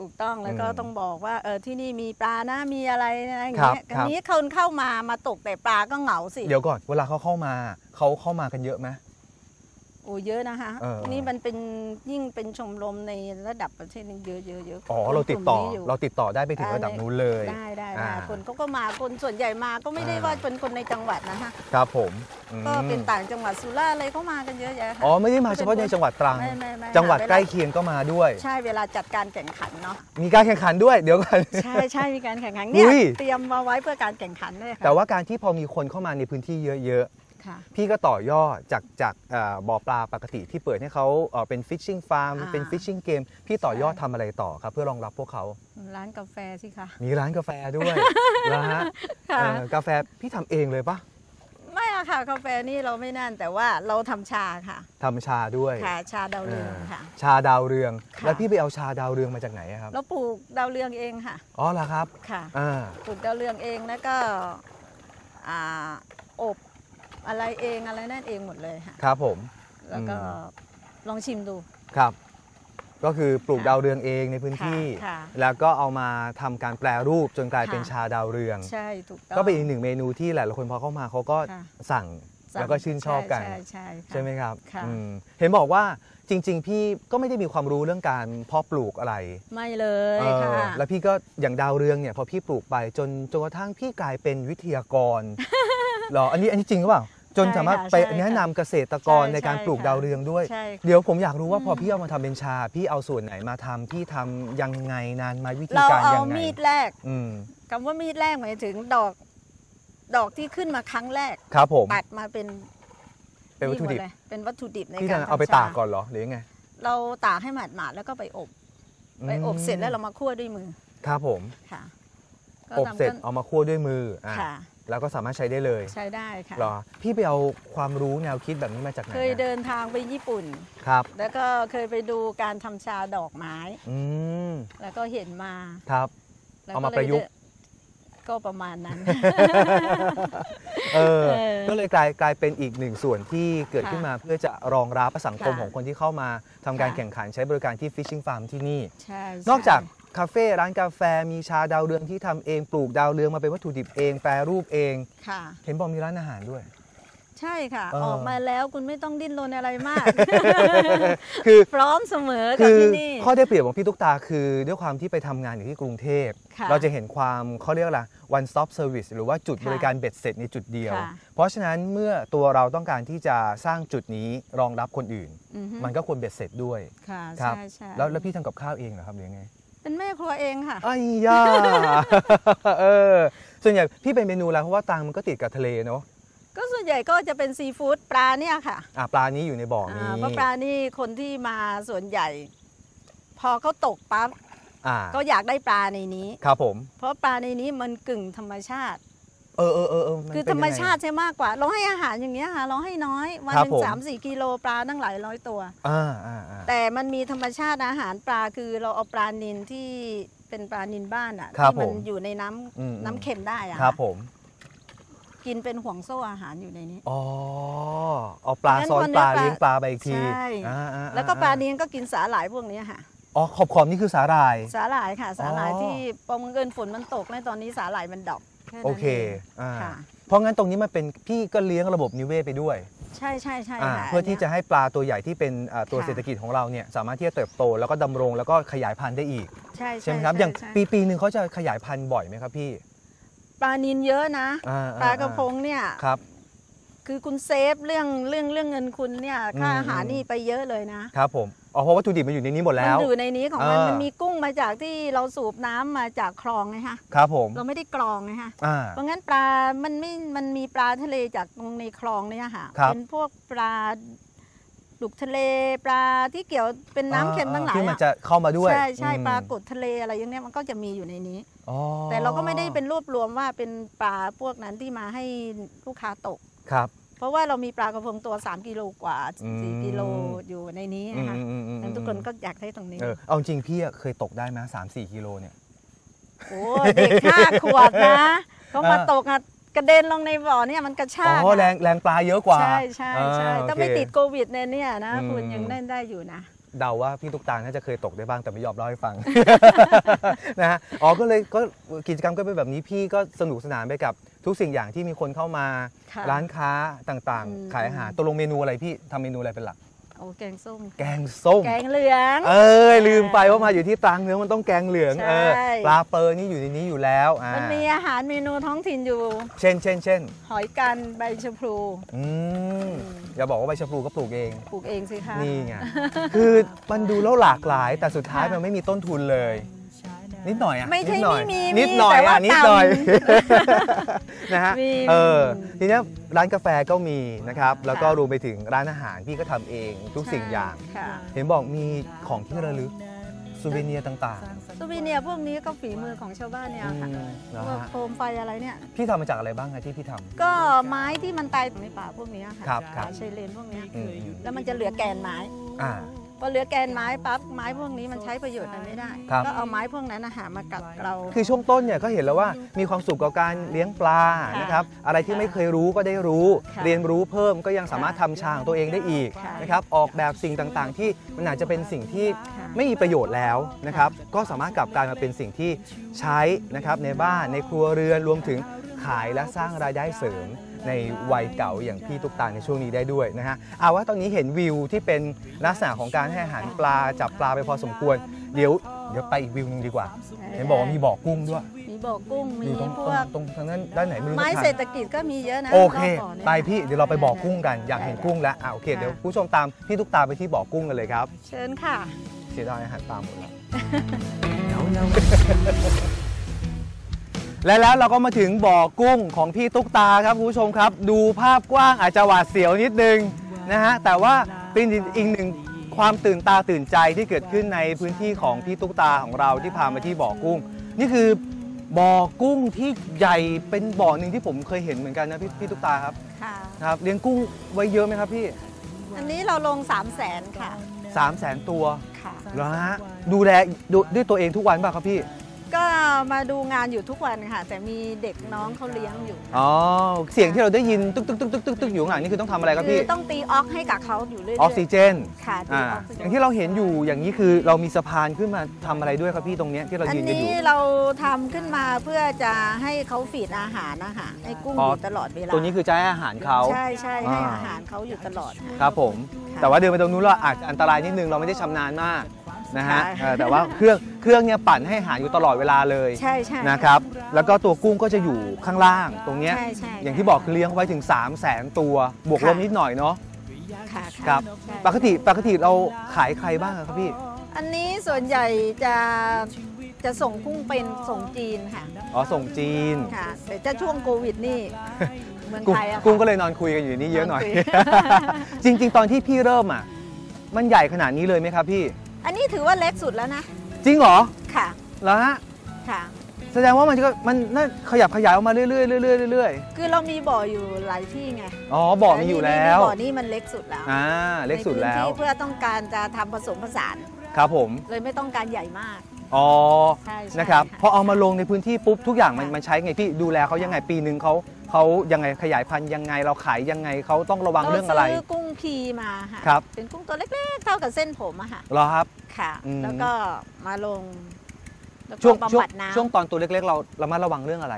I: ถูกต้องแล้วก็
E: อืม
I: ต้องบอกว่าเออที่นี่มีปลานะมีอะไรนะอย่างเงี้ย
E: ครับครับ
I: อันนี้คนเข้ามามาตกแต่ปลาก็เหงาสิ
E: เดี๋ยวก่อนเวลาเขาเข้ามาเขาเข้ามากันเยอะไหม
I: โอ้เยอะนะคะ
E: เออ
I: นี่มันเป็นยิ่งเป็นชมรมในระดับประเทศนึงเยอะเยอะเยอะ
E: อ๋อเราติดต่อ
I: กลุ่มนี้ยู่
E: เราติดต่อได้ไปถึงระดับนู้นเลย
I: ได้ได้
E: อ่า
I: ได้คนเขาก็มาคนส่วนใหญ่มาก็ไม่ได้
E: อ่า
I: ว่าเป็นคนในจังหวัดนะคะ
E: ครับผมอืม
I: ก็เป็นต่างจังหวัดสุราษฎร์อะไรเขามากันเยอะแยะค่ะ
E: อ๋อไม่ได้มาเฉพาะในจังหวัดตรัง
I: ไม่ไม่ไม่
E: จังหวัด
I: ค่ะเวลา
E: ใกล้เคียงก็มาด้วย
I: ใช่เวลาจัดการแข่งขันเนาะ
E: มีการแข่งขันด้วยเดี๋ยวก่อน
I: ใช่ใช่มีการแข่งขันเนี่ย
E: อุ้ย
I: เตรียมมาไว้เพื่อการแข่งขันเลยค่ะ
E: แต่ว่าการที่พอมีคนเข้ามาในพื้นที่เยอะ
I: ค่ะ
E: ๆ พี่ก็ต่อยอดจากจากเอ่อบ่อปลาปกติที่เปิดให้เขาเอ่อเป็นฟิชชิงฟาร์ม
I: อ่า
E: เป็นฟิชชิงเกมพี่ต่อยอดทำอะไรต่อครับ เพื่อรองรับพวกเขา
I: ร้านกาแฟสิคะ
E: มีร้านกาแฟด้วย นะฮะ
I: ค่ะ
E: เอ่อกาแฟพี่ทำเองเลยปะ
I: ไม่อะค่ะกาแฟนี่เราไม่นั่นแต่ว่าเราทำชาค่ะ
E: ทำชาด้วย
I: ค่ะชาดาว
E: เอ่
I: เรือง
E: อ
I: ค่ะ
E: ชาดาวเรือง
I: ค่ะ
E: แล้วพี่ไปเอาชาดาวเรืองมาจากไหนอะครับ
I: เราปลูกดาวเรืองเองค่ะ
E: อ๋อเหรอครับ
I: ค่ะ
E: อ่า
I: ปลูกดาวเรืองเองแล้วก็อ่าอบอะไรเองอะไรนั่นเองหมดเลยค่ะ
E: ครับผม
I: แล้วก็
E: อื
I: ลองชิมดู
E: ครับ ก็คือปลูก
I: ค่ะ
E: ดาวเรืองเองในพื้นที่
I: ค่ะค่ะ
E: แล้วก็เอามาทำการแปรรูปจนกลายเป็น
I: ค่ะ
E: ชาดาวเรือง
I: ใช่ถูกต้อง
E: ก็เป็นอีกหนึ่งเมนูที่หลายๆคนพอเข้ามาเขาก็
I: ค่ะ
E: สั่ง
I: ซ้ำ
E: แล้วก็ชื่นชอบกัน
I: ใช่ใช่ค่ะ
E: ใช่ไหมครับ
I: ค่ะ
E: อืมเห็นบอกว่าจริง ๆ พี่ก็ไม่ได้มีความรู้เรื่องการเพาะปลูกอะไร
I: ไม่เลย
E: เออ
I: ค่ะ
E: แล้วพี่ก็อย่างดาวเรืองเนี่ยพอพี่ปลูกไปจนจนกระทั่งพี่กลายเป็นวิทยากร เหรออันนี้อันนี้จริงหรือเปล่า จนสามารถไป
I: ใช่ค่ะ
E: แนะนำเกษตรกร
I: ใช่
E: ในการปลูก
I: ใช่ค่ะ
E: ดาวเรืองด้วย
I: ใช่ค่ะ
E: เดี๋ยวผมอยากรู้ว่า
I: อืม
E: พอพี่เอามาทำเป็นชา พี่เอาส่วนไหนมาทำพี่ทำยังไงนานไหมวิธี
I: เรา
E: การ
I: เอา
E: ยังไง
I: มีดแรก
E: อืม
I: คำว่ามีดแรกหมายถึงดอก ดอกที่ขึ้นมาครั้งแรก
E: ครับผม
I: ตัดมาเป็น
E: เป็นวัตถุดิบ
I: หมเลยเป็นวัตถุดิบใน
E: พี่
I: กา
E: จะ
I: ร
E: เอาไป
I: ทำช
E: ตากก่อนเหรอหรือยังไง
I: เราตากให้หมาดๆแล้วก็ไปอบ ไปอบเสร็จแล้วเรามาคั่วด้วยมือ
E: ครับผม
I: ค่ะก็
E: อบ
I: ทำ
E: เสร็จ
I: ขั้น
E: เอามาคั่วด้วยมืออ่ะ
I: ค่ะ
E: แล้วก็สามารถใช้ได้เลย
I: ใช้ได้ค่ะ
E: เหรอพี่ไปเอาความรู้แนวคิดแบบนี้มาจากไหน
I: เคย
E: อะ
I: เดินทางไปญี่ปุ่น
E: ครับ
I: แล้วก็เคยไปดูการทำชาดอกไม้
E: อืม
I: แล้วก็เห็นมา
E: ครับ
I: แล้ว
E: เอามาประยุกต์
I: เได้ก็ประมาณนั้น
E: เออ
I: เออ
E: ก็เลยกลายกลายเป็นอีกหนึ่งส่วนที่เกิด
I: ค่ะ
E: ขึ้นมาเพื่อจะรองรับสังคม
I: ค่ะ
E: ของคนที่เข้ามาทำการ
I: ค่ะ
E: แข่งขันใช้บริการที่ Fishing Farm ที่นี่
I: ใช่
E: นอก
I: ใช่
E: จากคาเฟ่ร้านกาแฟมีชาดาวเรืองที่ทำเองปลูกดาวเรืองมาเป็นวัตถุดิบเองแปรรูปเอง
I: ค่ะ
E: เห็นบอกมีร้านอาหารด้วย
I: ใช่ค่ะ
E: เออ
I: ออกมาแล้วคุณไม่ต้องดิ้นรนอะไรมาก
E: คือ
I: พร้อมเสมอกับ
E: คือ
I: ที่นี่
E: ข้อได้เปรียบของพี่ตุ๊กตาคือด้วยความที่ไปทำงานอยู่ที่กรุงเทพ
I: ค่ะ
E: เราจะเห็นความเขาเรียกอะไร one stop service หรือว่าจุด
I: ค่ะ
E: บริการเบ็ดเสร็จในจุดเดียว
I: ค่ะ
E: เพราะฉะนั้นเมื่อตัวเราต้องการที่จะสร้างจุดนี้รองรับคนอื่น
I: อือฮึ
E: มันก็ควรเบ็ดเสร็จด้วย
I: ค่ะ
E: ครับ
I: ใช่ใช่
E: แล้วแล้วพี่ทำกับข้าวเองเหรอครับหรื อยังไง
I: เป็นแม่ครัวเองค่ะ
E: ไอ้ยา เออส่วนใหญ่พี่เป็นเมนูอะไรเพราะว่าตรังมันก็ติดกับทะเลเนาะ
I: ก็ส่วนใหญ่ก็จะเป็นซีฟู้ดปลาเนี่ยค่ะ
E: อ่ะปลานี้อยู่ในบ่อนี้
I: อ่าเพราะปลานี่คนที่มาส่วนใหญ่ พอเขาตกปั๊บ
E: อ่า
I: ก็อยากได้ปลาในนี้
E: ครับผม
I: เพราะปลาในนี้มันกึ่งธรรมชาติ
E: เออเออเออเน
I: คือธ
E: เป็น
I: รรม
E: ยังไง
I: ชาติใช่มากกว่า เราให้อาหารอย่างเงี้ยค่ะเราให้น้อยวัน
E: ครั
I: ห
E: บ
I: นึ่ง
E: ผม
I: สามสี่กิโลปลาตั้งหลายร้อยตัว
E: อ่าอ่าอ่า
I: แต่มันมีธรรมชาติอาหารปลาคือเราเอาปลานินที่เป็นปลานินบ้านอ่ะ
E: ครับ
I: ที่มั
E: ผม
I: อยู่ในน้ำ
E: อืม
I: น้ำเค็มได้อ่ะ
E: ครับผม
I: กินเป็นห่วงโซ่อาหารอยู่ในนี้
E: อ๋อเอาปลา
I: งั้น
E: ซ้อน
I: วัน
E: ปลา
I: เนี้ยปลา
E: เลี้ยงปลาไปอีกที
I: ใช่
E: อ่าอ่อ่
I: แล้วก็ปลานินก็กินสาหร่ายพวกเนี้ยค่ะ
E: อ๋อขอบขอบนี่คือสาหร่าย
I: สาหร่ายค่ะ สาหร่าย
E: อ๋อ
I: ที่ปอมเงินฝนมันตกในตอนนี้สาหร่ายมันดอกแนั้น
E: โอเค
I: ง
E: อ่า
I: ค่ะ
E: เพราะงั้นตรงนี้มันเป็นพี่ก็เลี้ยงระบบนิเวศไปด้วย
I: ใช่ใช่ใช่
E: อ่า
I: ค่ะ
E: เพื่อที่จะ
I: นนี้ย
E: ให้ปลาตัวใหญ่ที่เป็นอ่าตัว
I: ค่ะ
E: เศรษฐกิจของเราเนี่ยสามารถที่จะเติบโตแล้วก็ดำรงแล้วก็ขยายพันธุ์ได้อีก
I: ใช่
E: ใช่ไหมครับอย่าง
I: ใช่
E: ปีปีหนึ่งเขาจะขยายพันธุ์บ่อยไหมครับพี่
I: ปลานินเยอะนะ
E: อ่
I: ปลากระพงเนี่ย
E: ครับ
I: คือคุณเซฟเรื่องเรื่องเรื่องเงินคุณเนี่ยค่า
E: อืม
I: อาหารนี่ไปเยอะเลยนะ
E: ครับผมอ๋อเพราะวัตถุดิบมันอยู่ในนี้หมด
I: มั
E: แล้ว
I: อยู่ในนี้ของมัน
E: อ่ามั
I: มันมีกุ้งมาจากที่เราสูบน้ำมาจากคลองไงฮะ
E: ครับผม
I: เราไม่ได้กรองไงฮะ
E: อ่า
I: เพราะงั้นปลา มันไม่ มันมีปลาทะเลจากตรงในคลองเนี่ยค่ะ
E: ครับ
I: เป็นพวกปลาดุกทะเลปลาที่เกี่ยวเป็นน้ำเค็มทั้งหลา
E: าย ที่มัน
I: อะ
E: จะเข้ามาด้วย
I: ใช่ใช่
E: อืม
I: ปลากดทะเลอะไรอย่างเนี้ยมันก็จะมีอยู่ในนี้
E: อ๋อ
I: แต่เราก็ไม่ได้เป็นรวบรวมว่าเป็นปลาพวกนั้นที่มาให้ลูกค้าตก
E: ครับ
I: เพราะว่าเรามีปลากระพงตัว 3 กิโลกว่า
E: อืม
I: 4 กิโลอยู่ในนี้นะคะ
E: อืมอืมอืม
I: งั้นทุกคนก็อยากได้ตรงนี้
E: เออเอาจริงพี่อะเคยตกได้ไหมสามสี่กิโลเนี่ย
I: โอ้เด็กห้าขวบนะเขามา
E: อ่า
I: ตกอะกระเด็นลงในบ่อเนี่ยมันกระชาก
E: อ๋อ
I: อะ
E: แรงแรงปลาเยอะกว่า
I: ใช่ใช่ใช่
E: อ่า
I: ถ้า
E: โอเค
I: ไม่ติดโควิดเนี่ยเนี่ยนะ
E: อืม
I: คุณยังเล่นได้อยู่นะ
E: เดาว่าพี่ตุ๊กตาน่าจะเคยตกได้บ้างแต่ไม่ยอมเล่าให้ฟั ง นะฮะอ๋อก็เลยก็กิจกรรมก็เป็นแบบนี้พี่ก็สนุกสนานไปกับทุกสิ่งอย่างที่มีคนเข้ามา
I: ค่ะ
E: ร้านค้าต่าง
I: อืม
E: ๆ ขายอาหารตกลงเมนูอะไรพี่ทำเมนูอะไรเป็นหลัก
I: โอ้แกงส้ม
E: แกงส้ม
I: แกงเหลือง
E: เอ้ยลืมไปว่ามาอยู่ที่ตรังเนื้อมันต้องแกงเหลือง
I: ใช่
E: เออปลาเปอร์นี่อยู่ในนี้อยู่แล้วอ่า
I: มันมีอาหารเมนูท้องถิ่นอยู่
E: เช่นเช่นเช่น
I: หอยกันใบชะพลู
E: อืมอย่าบอกว่าใบชะพลูก็ปลูกเอง
I: ปลูกเองสิคะ
E: นี่ไง คือมันดูแล้วหลากหลาย แต่สุดท้าย
I: ค่ะ
E: มันไม่มีต้นทุนเลย นิดหน่อยอ่ะ
I: ไม่ใช่
E: นิดหน่อย
I: ไม่มี
E: นิดหน่อ
I: มี
E: ย
I: แต่ว่า
E: อ่ะนิดหน่อย
I: ต่
E: นะฮะ
I: มี
E: เออ ทีเนี้ยร้านกาแฟก็มีนะครับ แล้วก็
I: ค่ะ
E: รวมไปถึงร้านอาหารพี่ก็ทำเอง ทุกสิ่งอย่าง
I: ค่ะ
E: เห็นบอกมีของที่ระลึกซูเวเนียร์ต่าง
I: ซูวิเนียร์พวกนี้ก็ฝีมือของชาวบ้านเนี่ยค่ะ
E: อืมเหรอฮะ
I: พวกโคมไฟอะไรเนี่ย
E: ๆ พี่ทำมาจากอะไรบ้างอะที่พี่ท
I: ก็ไม้ที่มันตายในป่าพวกเนี้ยค่ะ
E: ครับครับ
I: ป่าชายเลนพวกเนี้ย
E: ำอืม
I: แล้วมันจะเหลือแกนไม้
E: อ่า
I: พอเหลือแกนไม้ปั๊บไม้พวกนี้มันใช้ประโยชน์อะไรไม่ได้
E: ครับ
I: ก็เอาไม้พวกนั้นนะหามากัดเรา
E: คือช่วงต้นเนี่ยก็เห็นแล้วว่ามีความสุขกับการเลี้ยงปลา
I: ค่ะ
E: นะครับอะไรที่ไม่เคยรู้ก็ได้รู้
I: ค่ะ
E: เรียนรู้เพิ่มก็ยังสามารถทำชางตัวเองได้อีก
I: ค่ะ
E: นะครับออกแบบสิ่งต่างๆ ที่มันอาจจะเป็นสิ่งที่
I: ค่ะ
E: ไม่มีประโยชน์แล้วนะครับก็สามารถกลับกลายมาเป็นสิ่งที่ใช้นะครับในบ้านในครัวเรือนรวมถึงขายและสร้างรายได้เสริม ในวัยเก่าอย่างพี่ตุ๊กตาในช่วงนี้ได้ด้วยนะฮะเอาว่าตอนนี้เห็นวิวที่เป็นลักษณะของการให้อาหารปลาจับปลาไปพอสมควร เดี๋ยวเดี๋ยวไปอีกวิวหนึงดีกว่า เห็นบอกว่ามีบ่อกุ้งด้วย
I: มีบ่อกุ้งมี
E: อยู่ตรง
I: พ
E: ตร
I: ว
E: ง
I: ก
E: ตรงทางด้านด้านไหนไม่รู้
I: ไม้
E: จะทาน
I: เศรษฐกิจก็มีเยอะนะ
E: โอเค
I: รบบ่นี่ย
E: ไปพี่ เดี๋ยวเราไปบ่อกุ้งกัน อยากเห็นกุ้งแล้ว อ่าโอเค
I: ค่ะ
E: เดี๋ยวคุณผู้ชมตามพี่ตุ๊กตาไปที่บ่อกุ้งกันเลยครับ
I: เชิญค่ะ
E: เสียดายอาหารปลาหมดแล้ว และแล้วเราก็มาถึงบ่อกุ้งของพี่ตุ๊กตาครับคุณผู้ชมครับ ดูภาพกว้างอาจจะหวาดเสียวนิดนึงนะฮะ แต่ว่าเป็นอีกหนึ่งความตื่นตาตื่นใจที่เกิดขึ้นในพื้นที่ของพี่ตุ๊กตาของเราที่พามาที่บ่อกุ้ง นี่คือบ่อกุ้งที่ใหญ่เป็นบ่อหนึ่งที่ผมเคยเห็นเหมือนกันนะพี่พี่ตุ๊กตาครับ
I: ค่ะ
E: ครับเลี้ยงกุ้งไว้เยอะไหมครับพี่
I: อันนี้เราลง 3 0 0แสนค่ะ
E: 3 0 0แสนตัว
I: ค่ะ
E: แล้วฮะดูแลดูด้วยตัวเองทุกวันป่ะครับพี่
I: ก็มาดูงานอยู่ทุกวันค่ะ แต่มีเด็กน้องเขาเลี้ยงอยู่
E: อ๋อ เสียงที่เราได้ยินตึ๊กตึ๊กตึ๊กตึ๊กตึ๊กตึ๊กอยู่ข้างหลังนี่คือต้องทำอะไรครับ
I: คือ
E: พี่
I: ต้องตีออกให้กับเขาอยู่เรื่อยๆ
E: ออกซิเจน
I: ค่ะตี
E: อ่า
I: ออกซิเจน
E: อย่างที่เราเห็นอยู่อย่างนี้คือเรามีสะพานขึ้นมาทำอะไรด้วยครับพี่ตรงเนี้ยที่เรา
I: อัน
E: ยืนกันอ
I: นี้
E: ยู่
I: เราทำขึ้นมาเพื่อจะให้เขาฝีดอาหารนะคะให้กุ้ง
E: อ๋
I: อ
E: ออ
I: ยู่ตลอดเวลา
E: ตัวนี้คือจะให้อาหารเขา
I: ใช่ใช่ให้
E: อ่า
I: อาหารเขาอยู่ตลอดค่ะ
E: ครับผม แต่ว่าเดินไปตรงนู้นเราอาจจะอันตรายนิดนึงเราไม่ได้ชำนาญมากนะฮะ
I: ใช่
E: เออแต่ว่าเครื่องเครื่องเนี่ยปั่นให้อาหารอยู่ตลอดเวลาเลย
I: ใช่ใช่
E: นะครับ แล้วก็ตัวกุ้งก็จะอยู่ข้างล่างตรงเนี้ย
I: ใช่ใช่
E: อย่างที่บอกคือเลี้ยงไว้ถึง 3 0 0แสนตัว บวกลบนิดหน่อยเนาะ
I: ค่ะะ
E: ครับ
I: ใช่
E: ปกติปกติเราขายใครบ้างอะครับพี่
I: อันนี้ส่วนใหญ่จะจะส่งกุ้งเป็นส่งจีนค่ะ
E: อ๋อ ส่งจีน
I: ค่ะ แต่จะช่วงโควิดนี่ เมือง
E: กุ้ง
I: ไทยอะค่ะ
E: กุ้งก็เลยนอนคุยกันอยู่นี่เยอะหน่อย
I: นอนคุ
E: จริง ๆ ตอนที่พี่เริ่มอ่ะ มันใหญ่ขนาดนี้เลยไหมครับพี่
I: อันนี้ถือว่าเล็กสุดแล้วนะ
E: จริงเหรอ
I: ค่ะ
E: แล้วฮะ
I: ค่ะ
E: แสดงว่ามันก็มันน่าขยับขยายออกมาเรื่อยๆเรื่อยๆเรื่อย
I: คือเรามีบ่ออยู่หลายที่ไง
E: ๆอ๋อ บ่อมีอยู่แล้ว
I: ต่นี่บ่อนี่มันเล็กสุดแล้ว
E: อ่า เล็กสุดแล้ว
I: ในพื้นที่เพื่อต้องการจะทำผสมผสาน
E: ครับผม
I: เลยไม่ต้องการใหญ่มาก
E: อ๋อ
I: ใช่ใช่
E: นะครับ
I: ค่ะ
E: พอเอามาลงในพื้นที่ปุ๊บ ทุกอย่างมัน
I: ค่ะ
E: มันใช้ไงพี่ดูแลเขายังไงปีหนึ่งเขาเขายังไงขยายพันธุ์ยังไงเราขายยังไงเขาต้องระวังเรื่องอะไร
I: ซื้อกุ้งพีมาค่ะ
E: ครับ
I: เป็นกุ้งตัวเล็กๆ เท่ากับเส้นผมอะค่ะ
E: เหรอครับ
I: ค่ะ
E: อืม
I: แล้วก็มาลงแล้วก็
E: ช่วงช่
I: บำ
E: วง
I: บัดน้ำ
E: ช่วงตอนตัวเล็กๆ เราเรามาระวังเรื่องอะไร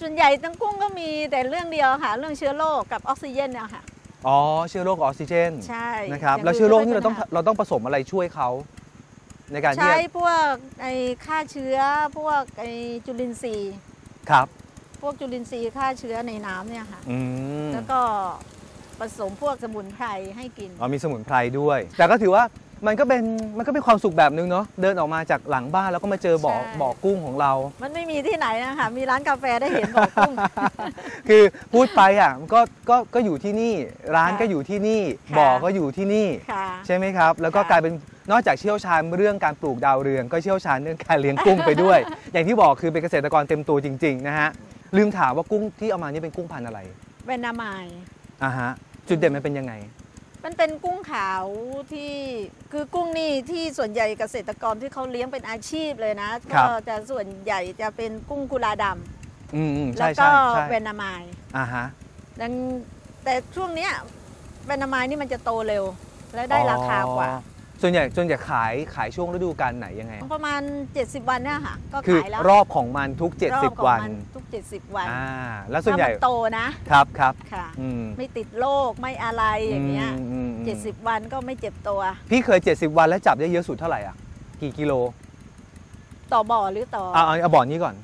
I: ส่วนใหญ่ทั้งกุ้งก็มีแต่เรื่องเดียวค่ะ เรื่องเชื้อโรคกับออกซิเจนเนี่ยค่ะ
E: อ๋อเชื้อโรคกับออกซิเจน
I: ใช่
E: นะครับ
I: ย่
E: แล้วเชื้อโรคนี่เราต้อง
I: ไม่ป็นปัญห
E: เราต้องผสมอะไรช่วยเขาในการ
I: า
E: ที่
I: ใช้
E: จะ
I: พวกไอ้ฆ่าเชื้อพวกไอ้จุลินทรีย์
E: ครับ
I: พวกจุลินทรีย์ฆ่าเชื้อในน้ำเนี่ยค่ะ
E: อืม
I: แล้วก็ผสมพวกสมุนไพรให้กิน
E: อ๋อมีสมุนไพรด้วย แต่ก็ถือว่ามันก็เป็นมันก็เป็นความสุขแบบนึงเนาะเดินออกมาจากหลังบ้านแล้วก็มาเจอบ่อ
I: ใช่
E: บ่อกุ้งของเรา
I: มันไม่มีที่ไหนนะคะ มีร้านกาแฟได้ เห็นบอกกุ้ง
E: คือพูดไปอ่ะก็ก็ก็อยู่ที่นี่ร้าน
I: ค่ะ
E: ก็อยู่ที่นี่
I: ค่ะ
E: บ่อก็อยู่ที่นี่
I: ค่ะ
E: ใช่ไหมครับ แล้วก็
I: ค่ะ
E: กลายเป็นนอกจากเชี่ยวชาญเรื่องการปลูกดาวเรือง ก็เชี่ยวชาญเรื่องการเลี้ยงกุ้งไปด้วย อย่างที่บอกคือเป็นเกษตรกรเต็มตัวจริง ๆ นะฮะ ลืมถามว่ากุ้งที่เอามานี่เป็นกุ้งพันธุ์อะไร
I: เวนามาย
E: อ่าฮะจุดเด่นมันเป็นยังไง
I: มันเป็นกุ้งขาวที่คือกุ้งนี่ที่ส่วนใหญ่เกษตรกรที่เขาเลี้ยงเป็นอาชีพเลยนะ
E: ครั
I: ก็
E: บ
I: จะส่วนใหญ่จะเป็นกุ้งกุลาดำ
E: อืมอืม
I: แล้ว
E: ใช่
I: ก็
E: ใช่ใช่
I: เวนามาย
E: อ่าฮะ
I: ดังแต่ช่วงเนี้ยเวนามายนี่มันจะโตเร็ว และได้ราคากว่า
E: อ๋อส่วนใหญ่ส่วนใหญ่ขายขายช่วงฤดูกาลไหนยังไง
I: ประมาณ 70 วันเนี่ยค่ะ ก็
E: คือ
I: ขายแล้ว
E: รอบของมันทุก
I: รอบของ
E: 70 วัน
I: มัทุก 70 วัน
E: อ่าแล้วส่วนใหญ่
I: ถ้ามัโตนะครับ
E: ครับ
I: ค่ะ
E: อืม
I: ไม่ติดโรคไม่อะไรอย่างเงี้ย
E: มอืมอืม
I: 70 วันก็ไม่เจ็บตัว
E: พี่เคย 70 วันแล้วจับได้เยอะสุดเท่าไหร่อ่ะ กี่กิโล
I: ต่อบ่อหรือต่ออ
E: เอาเอาเอาบ่อนี้ก่อน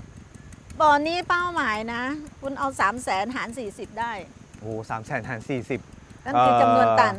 I: บ่อนี้เป้าหมายนะ คุณเอา 3 0 0แสนหาร 40 ได้
E: โอ้โหสามแสนหารสี่สิบ
I: นั่นคือจำนวนตัน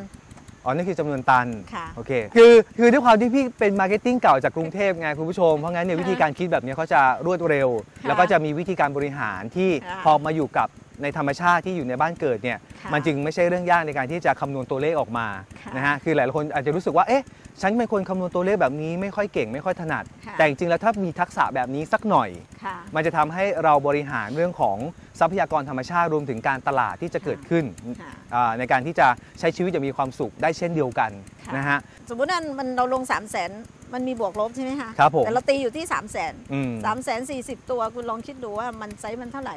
E: อ๋อ นี่คือจำนวนตัน
I: ค่ะ
E: โอเค คือ คือด้วยความที่พี่เป็นมาร์เก็ตติ้งเก่าจากกรุงเทพไงคุณผู้ชม เพราะงั้นเนี่ยวิธีการคิดแบบเนี้ยเขาจะรวดเร็ว
I: ค่ะ
E: แล้วก็จะมีวิธีการบริหารที่
I: ค่ะ
E: พอมาอยู่กับในธรรมชาติที่อยู่ในบ้านเกิดเนี่ย
I: ค่ะ
E: มันจึงไม่ใช่เรื่องยากในการที่จะคำนวณตัวเลขออกมา
I: ค่ะ
E: นะฮะ คือหลายคนอาจจะรู้สึกว่า เอ๊ะ ฉันเป็นคนคำนวณตัวเลขแบบนี้ไม่ค่อยเก่งไม่ค่อยถนัด
I: ค่ะ
E: แต่จริงๆแล้วถ้ามีทักษะแบบนี้สักหน่อย
I: ค่ะ
E: มันจะทำให้เราบริหารเรื่องของทรัพยากรธรรมชาติรวมถึงการตลาดที่จะเกิดขึ้น
I: ค่ะ
E: อ่าในการที่จะใช้ชีวิตอย่างมีความสุขได้เช่นเดียวกัน
I: ค่ะ
E: นะฮะ
I: สมมุตินั่นมันเราลง 3 0 0แสนมันมีบวกลบใช่ไหมคะ
E: ครับผม
I: แต่เราตีอยู่ที่ 3 0 0แสน
E: อืม
I: สามแสนสี่สิบตัวคุณลองคิดดูว่ามันไซส์มันเท่าไหร่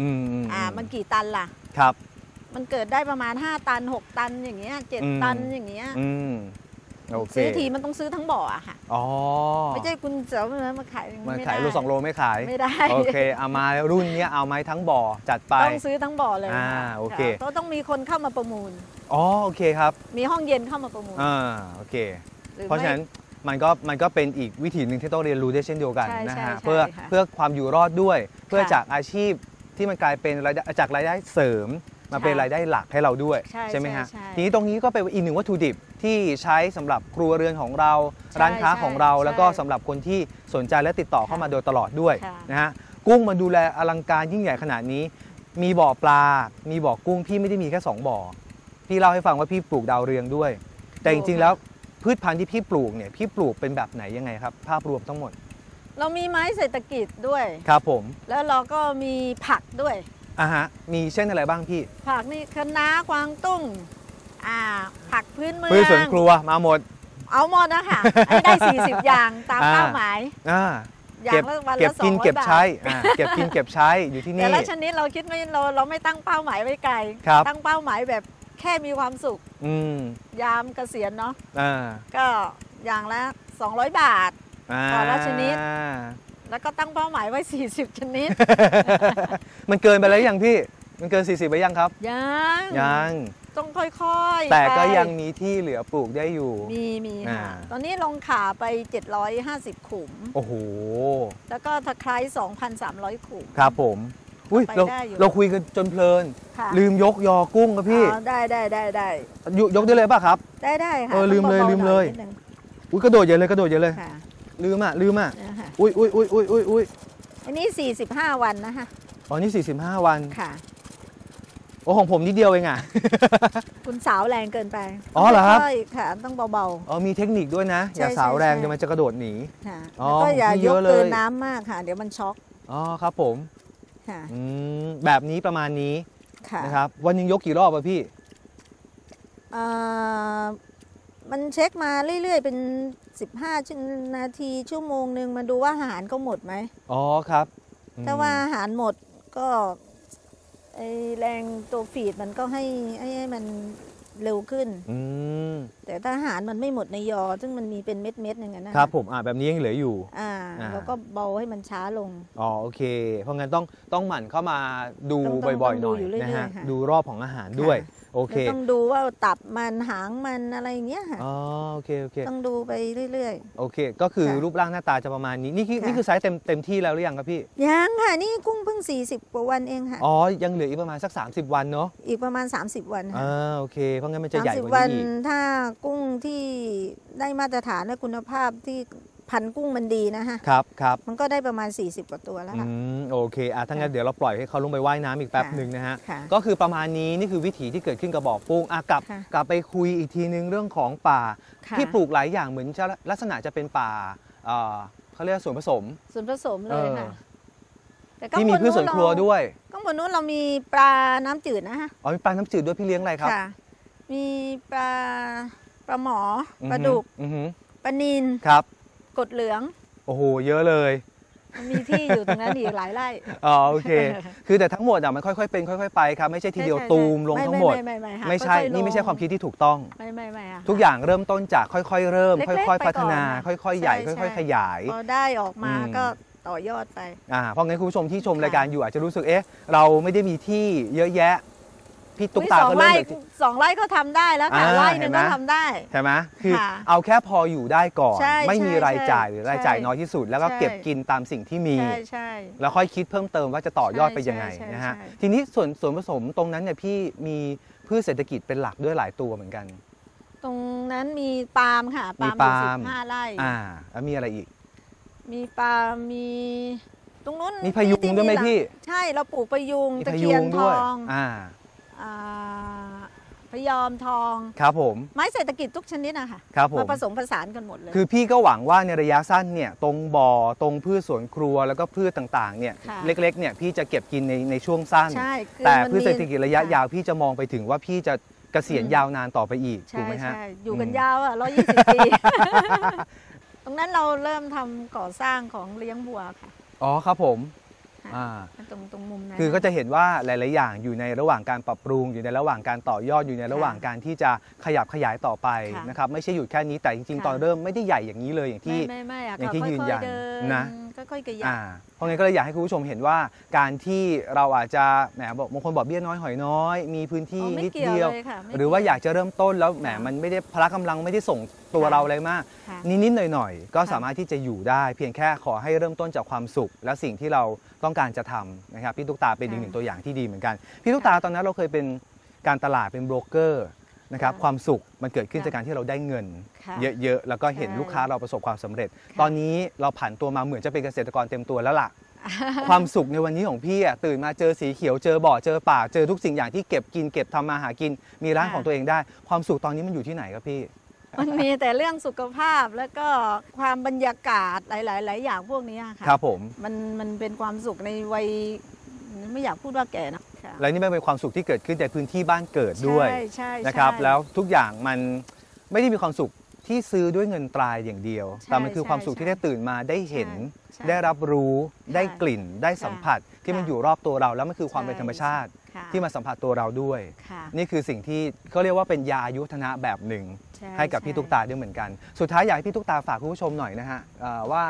E: อืมม
I: อ่า มันกี่ตันล่ะ
E: ครับ
I: มันเกิดได้ประมาณ 5 ตัน 6 ตันอย่างเงี้ยเจ็ด
E: อืม
I: ตันอย่างเงี้ย
E: อืม โอเค
I: ซื้อทีมันต้องซื้อทั้งบ่ออะค่ะ
E: อ๋อ
I: ไม่ใช่คุณเจ๋อมามาขาย
E: มัน
I: ไม่
E: ขาย
I: ได้
E: โลสองโลไม่ขาย
I: ไม่ได้
E: โอเคเอามารุ่นเนี้ยเอาไหมทั้งบ่อจัดไป
I: ต้องซื้อทั้งบ่อเลย
E: อ่าโอเค
I: ะต้องมีคนเข้ามาประมูล
E: อ๋อโอเคครับ
I: มีห้องเย็นเข้ามาประมูล
E: อ่าโอเค
I: หอ
E: เพราะฉะ
I: ไม่
E: นั้นมันก็มันก็เป็นอีกวิธีหนึ่งที่ต้องเรียนรู้ด้วยเช่นเดียวกัน
I: ใช่
E: นะ
I: ใช่
E: ฮะ
I: ใช่
E: เพื่อ
I: ค่ะ
E: เพื่อความอยู่รอดด้วย เพื่อ
I: ค่ะ
E: จากอาชีพที่มันกลายเป็นรายได้จากรายได้เสริมมา
I: ใช่
E: เป็นรายได้หลักให้เราด้วย
I: ใช่
E: ไหมฮะ
I: ใช่ใช่
E: ทีนี้ตรงนี้ก็เป็นอีกหนึ่งวัตถุดิบที่ใช้สำหรับครัวเรือนของเรา
I: ใช่
E: ร้านค้า
I: ใช่
E: ของเรา
I: ใช่
E: แล้วก็สำหรับคนที่สนใจและติดต่อเข้ามาโดยตลอดด้วย
I: ค่ะ
E: นะฮะกุ้งมาดูแลอลังการยิ่งใหญ่ขนาดนี้ มีบ่อปลา มีบ่อกุ้งพี่ไม่ได้มีแค่สองบ่อ พี่เล่าให้ฟังว่าพี่ปลูกดาวเรืองด้วย แต่จริงๆแล้วพืชพันธุ์ที่พี่ปลูกเนี่ยพี่ปลูกเป็นแบบไหนยังไงครับ ภาพรวมทั้งหมด
I: เรามีไม้เศรษฐกิจด้วย
E: ครับผม
I: แล้วเราก็มีผักด้วย
E: อ่ะฮะมีเช่นอะไรบ้างพี่
I: ผักนี่คะน้ากวางตุ้งอ่า ผักพื้นเมือง
E: พืชสวนครัวมาหมด
I: เอาหมดนะคะอันนี้ได้ 40 อย่างตาม
E: อ่า
I: เป้าหมาย
E: อ่า
I: อย่า
E: เก็
I: ง
E: บ
I: ละวัน
E: เก็บ
I: ละสอ
E: กิ
I: ง
E: น
I: ร้อ
E: เก็บบ
I: ยา
E: ใช้
I: ท
E: อ่าเก็บกินเก็บใช้อยู่ที่
I: แต่
E: นี่
I: ละชนิดเราคิดไม่เราเราไม่ตั้งเป้าหมายไว้ไกล
E: ครับ
I: ตั้งเป้าหมายแบบแค่มีความสุข
E: อืม
I: ยามเกษียณเนาะ
E: อ่า
I: ก็อย่างละ 200 บาท
E: อ่า
I: ขอละชนิด แล้วก็ตั้งเป้าหมายไว้ 40 ชนิ ด
E: มันเกินไปแล้วยังพี่มันเกิน 40ไปยังครับ
I: ยัง
E: ยัง
I: ต้องค่อยๆ
E: แต่ก็
I: ไป
E: ยังมีที่เหลือปลูกได้อยู่
I: มีมีค่ะ
E: อ่า
I: ตอนนี้ลงขาไป 750 ขุม
E: โอ้โห
I: แล้วก็ตะไคร้2,300 ขุม
E: ครับผม อุ้ย
I: ไป
E: เรา
I: ได้อยู่
E: เราคุยกันจนเพลิน
I: ค่ะ
E: ลืมยกยอกุ้งครับพี่
I: อ๋อได้ได้ได้ได้
E: ยยกได้เลยป่ะครับ
I: ได้ได้ค่ะ
E: เออลืมเลย
I: ต้องบาๆ
E: ลืมเลย
I: หน่อนิดนึง
E: อุ้ยกระโดดใหญ่เลยกระโดดใหญ่เลย
I: ค่ะ
E: ลืมอ่ะลืมอ่ะ
I: นะฮะ
E: อุ้ยอุ้ยอุ้ยอุ้ยอุ้ยอุ้ย
I: อันนี้ 45 วันนะคะ
E: อ๋อนี่ 45 วัน
I: ค่ะ
E: โอ้ของผมนิดเดียวเอง อ่ะ
I: คุณสาวแรงเกินไป
E: อ๋อเหรอครับ
I: ใช่ค่ะต้องเบา
E: อ๋อมีเทคนิคด้วยนะ อย่า
I: ใช่
E: สาวแรง
I: ใช่
E: เดี๋ยวมันจะกระโดดหนี
I: ๆค่ะ
E: อ๋อ
I: แล้วก็อย่า
E: ผมให้
I: ย
E: เย
I: ก
E: อะเลย
I: เกินน้ำมากค่ะ เดี๋ยวมันช็อก
E: อ๋อครับผม
I: ค่ะ
E: อืมแบบนี้ประมาณนี้
I: ค่ะ
E: นะครับ วันหนึงยกกี่รอบอ่ะพี่
I: เอ่อมันเช็คมาเรื่อยๆ เป็น 15ชั่วนาทีชั่วโมงหนึ่งมาดูว่าอาหารก็หมดไหม
E: อ๋อครับอืม
I: ถ้าว่าอาหารหมดก็ไอแรงตัวฟีดมันก็ให้ให้ให้มันเร็วขึ้น
E: อืม
I: แต่ถ้าอาหารมันไม่หมดในยอ ซึ่งมันมีเป็นเม็ดเม็ดๆหนึ่งอะนะครับ
E: ผมอ่ะแบบนี้ยังเหลืออยู่
I: อ่า
E: อ่า
I: แล้วก็เบาให้มันช้าลง
E: อ๋อโอเค เพราะงั้นต้องต้องหมั่นเข้ามาดู
I: ต้องต้อง
E: บ่อยๆ
I: ต้อง
E: ห
I: ดู
E: น่อย
I: อยู่เรื่อยๆ
E: นะฮะ
I: ค่ะ
E: ดูรอบของอาหารด้วย
I: ค่ะ
E: โอเค
I: แล้วต้องดูว่าตับมันหางมันอะไรอย่างเงี้ยค่ะ
E: อ๋อโอเคโอเค
I: ต้องดูไปเรื่อย
E: โอเค ก็คือ
I: ค่ะ
E: รูปร่างหน้าตาจะประมาณนี้นี่คือ
I: ค่ะ
E: นี่คือไซส์เต็มเต็มที่แล้วหรือยังครับพี่
I: ๆยังค่ะนี่กุ้งเพิ่ง 40กว่าวันเองค่ะ
E: อ๋อ ยังเหลืออีกประมาณสัก 30 วันเนาะ
I: อีกประมาณ 30 วันค่ะ
E: อ่าโอเค เพราะงั้นมันจะ
I: สาม
E: ใหญ่
I: สิบ
E: กว่า
I: วัน
E: นี้อีก
I: ถ้ากุ้งที่ได้มาตรฐานและคุณภาพที่พันธุ์กุ้งมันดีนะฮะ
E: ครับครับ
I: มันก็ได้ประมาณ 40 กว่าตัวแล้ว
E: อื
I: ล่ะ
E: มโอเคอ่ะถ้างั้น
I: ค่ะ
E: เดี๋ยวเราปล่อยให้เขาลงไปว่ายน้ำอีกแป๊บ
I: ค่ะ
E: หนึ่งนะฮะ
I: ค่ะ
E: ก็คือประมาณนี้นี่คือวิถีที่เกิดขึ้นกับบ่อกุ้งอ่ะกลับ
I: ค่ะ
E: กลับไปคุยอีกทีนึงเรื่องของป่า
I: ค่ะ
E: ที่ปลูกหลายอย่างเหมือนจะลักษณะจะเป็นป่าเอ่อเขาเรียกว่าสวนผสม
I: ส่วนผสมเลย
E: เอ
I: ค่ะ
E: อ
I: แต่ข้าง
E: ที่มี
I: บน
E: พืชสวนครัวด้วย
I: ข้างบนนู้นเรามีปลาน้ำจืดนะฮะ
E: อ๋อมีปลาน้ำจืดด้วยพี่เลี้ยงอะไรครับ
I: ค่ะ มีปลาปลาหมออ
E: อือ
I: ป
E: ฮึ
I: ลาดุก
E: อือฮึ
I: ปลานิน
E: ครับ
I: กดเหลือง
E: โอ้โห เยอะเลย
I: มันมีที่อยู่ตรงนั้นอีกหลายไร่
E: อ๋อโอเค คือแต่ทั้งหมดอ่ะมันค่อยๆเป็นค่อย ๆ ไปครับ ไม่ใช่ทีเดียว
I: ใช่ใช่
E: ตูมลงทั้งหมด
I: ไม่ไม่ไม่ไม่ไม่ค่ะ
E: ไม่
I: ค่
E: ใช่
I: อยๆลง
E: นี่ไม่ใช่ความคิดที่ถูกต้อง
I: ไม่ไม่ไม่อะค่ะ
E: ทุกอย่างเริ่มต้นจากค่อย ๆ เริ่ม
I: เล็กๆ
E: ค่อยๆ
I: ไปก่อน
E: พัฒนา
I: ค่ะ
E: ค่อยๆ ใหญ่
I: ใช่
E: ค่อย
I: ใช่
E: ๆ ขยาย
I: พอได้ออกมา
E: อืม
I: ก็ต่อยอดไป
E: อ่าเพราะงั้นคุณผู้ชมที่ชม
I: ค่ะ
E: รายการอยู่อาจจะรู้สึกเอ๊ะเราไม่ได้มีที่เยอะแยะพี่ตุ๊ก
I: อุ๊ย
E: ตา
I: สอง
E: ก็เริ่
I: ไร่
E: มจากที่
I: สองไร่ก็ทำได้แล้วค่ะ
E: อ่า
I: ไร่หนึง
E: เห็นไหม
I: ก็ทำได้
E: ใช่ไหมคือ
I: ค่ะ
E: เอาแค่พออยู่ได้ก่อน
I: ใช่
E: ไม่มี
I: ใช่
E: รายจ่าย
I: ใช่
E: หรือรายจ่ายน้อยที่สุด แล้วก็
I: ใช่
E: เก็บกินตามสิ่งที่มี
I: ใช่ใช่
E: แล้วค่อยคิดเพิ่มเติมว่าจะต่อยอดไป
I: ใช่
E: ยังไง
I: ใช่
E: นะฮะ
I: ใช่
E: ทีนี้ส่วนส่วนผสมตรงนั้นเนี่ยพี่มีพืชเศรษฐกิจเป็นหลักด้วยหลายตัวเหมือนกัน
I: ตรงนั้นมีปาล์มค่ะปาล์มอ
E: มี
I: ยู่
E: ปาล์
I: สิ
E: ม
I: บห้าไร่
E: อ่าแล้วมีอะไรอีก
I: มีปลา มีตรงนู้น
E: มีพะยุง
I: ที่
E: ด้วยไหม
I: ลั
E: พี่
I: ใช่ เราปลูกพะยุง
E: มี
I: ตะ
E: พะ
I: เคี
E: ยุ
I: ยน
E: ง
I: ท
E: ด้วย
I: อง
E: อ่า
I: อ่าพะยอมทอง
E: ครับผม
I: ไม้เศรษฐกิจทุกชนิดนะคะ
E: ครับผม
I: ผสมผสานกันหมดเลย
E: คือพี่ก็หวังว่าในระยะสั้นเนี่ยตรงบ่อตรงพืชสวนครัวแล้วก็พืชต่างๆเนี่ย
I: ค่ะ
E: เล็กๆเนี่ยพี่จะเก็บกินในในช่วงสั้น
I: ใช่คือ
E: แต่
I: มันมี
E: พืชเศรษฐกิจระยะ
I: ค่ะ
E: ยาวพี่จะมองไปถึงว่าพี่จะเกษียณยาวนานต่อไปอีกถู
I: ใช่
E: กไหมฮะ
I: ใช่อยู่กัน
E: ม
I: ยาวอ่ะร้อยี่สิบปี ตรงนั้นเราเริ่มทำก่อสร้างของเลี้ยงวัวค่ะ
E: อ๋อครับผม
I: ค่ะ
E: อ่า
I: ตรงตรงมุมนั้น
E: คือก็จะเห็นว่าหลาย ๆ อย่างอยู่ในระหว่างการปรับปรุง อยู่ในระหว่างการต่อยอดอยู่ในระหว่างการที่จะขยับขยายต่อไป
I: ค่ะ
E: นะครับไม่ใช่หยุดแค่นี้แต่จริง ๆ
I: ค่ะ
E: ตอนเริ่มไม่ได้ใหญ่อย่างนี้เลยอย่างที่
I: ไม่ไม่ไม่อะ
E: อย่าง
I: ค่ะ
E: ที่
I: ค่
E: ยืนยั
I: อน ยๆเดิน
E: นะ
I: ค่อยๆกระยับ
E: อ่าเพราะงั้นก็เลยอยากให้คุณผู้ชมเห็นว่าการที่เราอาจจะแหมบอกบางคนบอกเบี้ยน้อยหอยน้อย มีพื้นที่
I: อ๋อไม่
E: นิด
I: เกี่ยว
E: เดียว
I: เลยค่ะไม่
E: หรือว่าอยากจะเริ่มต้นแล้วแหมมันไม่ได้พละกำลังไม่ได้ส่งตัว
I: ค่ะ
E: เราอะไรมาก
I: ค่ะ
E: นิด ๆ หน่อย ๆ ก็
I: ค่ะ
E: สามารถที่จะอยู่ได้ เพียงแค่ขอให้เริ่มต้นจากความสุข และสิ่งที่เราต้องการจะทำนะครับพี่ตุ๊กตาเป็นอีกหนึ่งตัวอย่างที่ดีเหมือนกัน พี่ตุ๊กตาตอนนั้นเราเคยเป็นการตลาดเป็นโบรกเกอร์นะครับ
I: ค่ะ
E: ความสุขมันเกิดขึ้น
I: ค่ะ
E: จากการที่เราได้เงิน
I: ค่ะ
E: เยอะ ๆ แล้วก็เห็น
I: ใช่
E: ลูกค้าเราประสบความสำเร็จ
I: ะ
E: ตอนนี้เราผ่านตัวมาเหมือนจะเป็นเกษตรกรเต็มตัวแล้ว ล่ะ ความสุขในวันนี้ของพี่อะตื่นมาเจอสีเขียวเจอบ่อเจอป่าเจอทุกสิ่งอย่างที่เก็บกินเก็บทำมาหากิน มีร้าน
I: ค่ะ
E: ของตัวเองได้ ความสุขตอนนี้มันอยู่ที่ไหนครับพี่
I: มันมีแต่เรื่องสุขภาพแล้วก็ความบรรยากาศหลายๆหลายอย่างพวกเนี้ยค่ะ
E: ครับผม
I: มันมันเป็นความสุขในวัยไม่อยากพูดว่าแก่นะค่ะ
E: และนี่มันเป็นความสุขที่เกิดขึ้นในพื้นที่บ้านเกิดด้วย
I: ใช่ใช่
E: นะครับ
I: ใช่
E: แล้วทุกอย่างมันไม่ได้มีความสุขที่ซื้อด้วยเงินตรายอย่างเดียว
I: ใช่
E: แต่มันคือความสุข
I: ใช่
E: ที่ได้ตื่นมาได้เห็น
I: ใช่
E: ได้รับรู้
I: ะ
E: ได้กลิ่น ได้สัมผัสที่มัน
I: ค่ะ
E: อยู่รอบตัวเรา แล้วมันคือความเป็นธรรมชาติ
I: ค่ะ
E: ที่มาสัมผัสตัวเราด้วย
I: ค่ะ
E: นี่คือสิ่งที่เขาเรียกว่าเป็นยาอายุทธนะแบบหนึ่ง
I: ช่
E: ให้กับพี่
I: ช่
E: ตุ๊กตาด้วยเหมือนกัน สุดท้ายอยากให้พี่ตุ๊กตาฝากคุณผู้ชมหน่อยนะฮะเอ่อว่า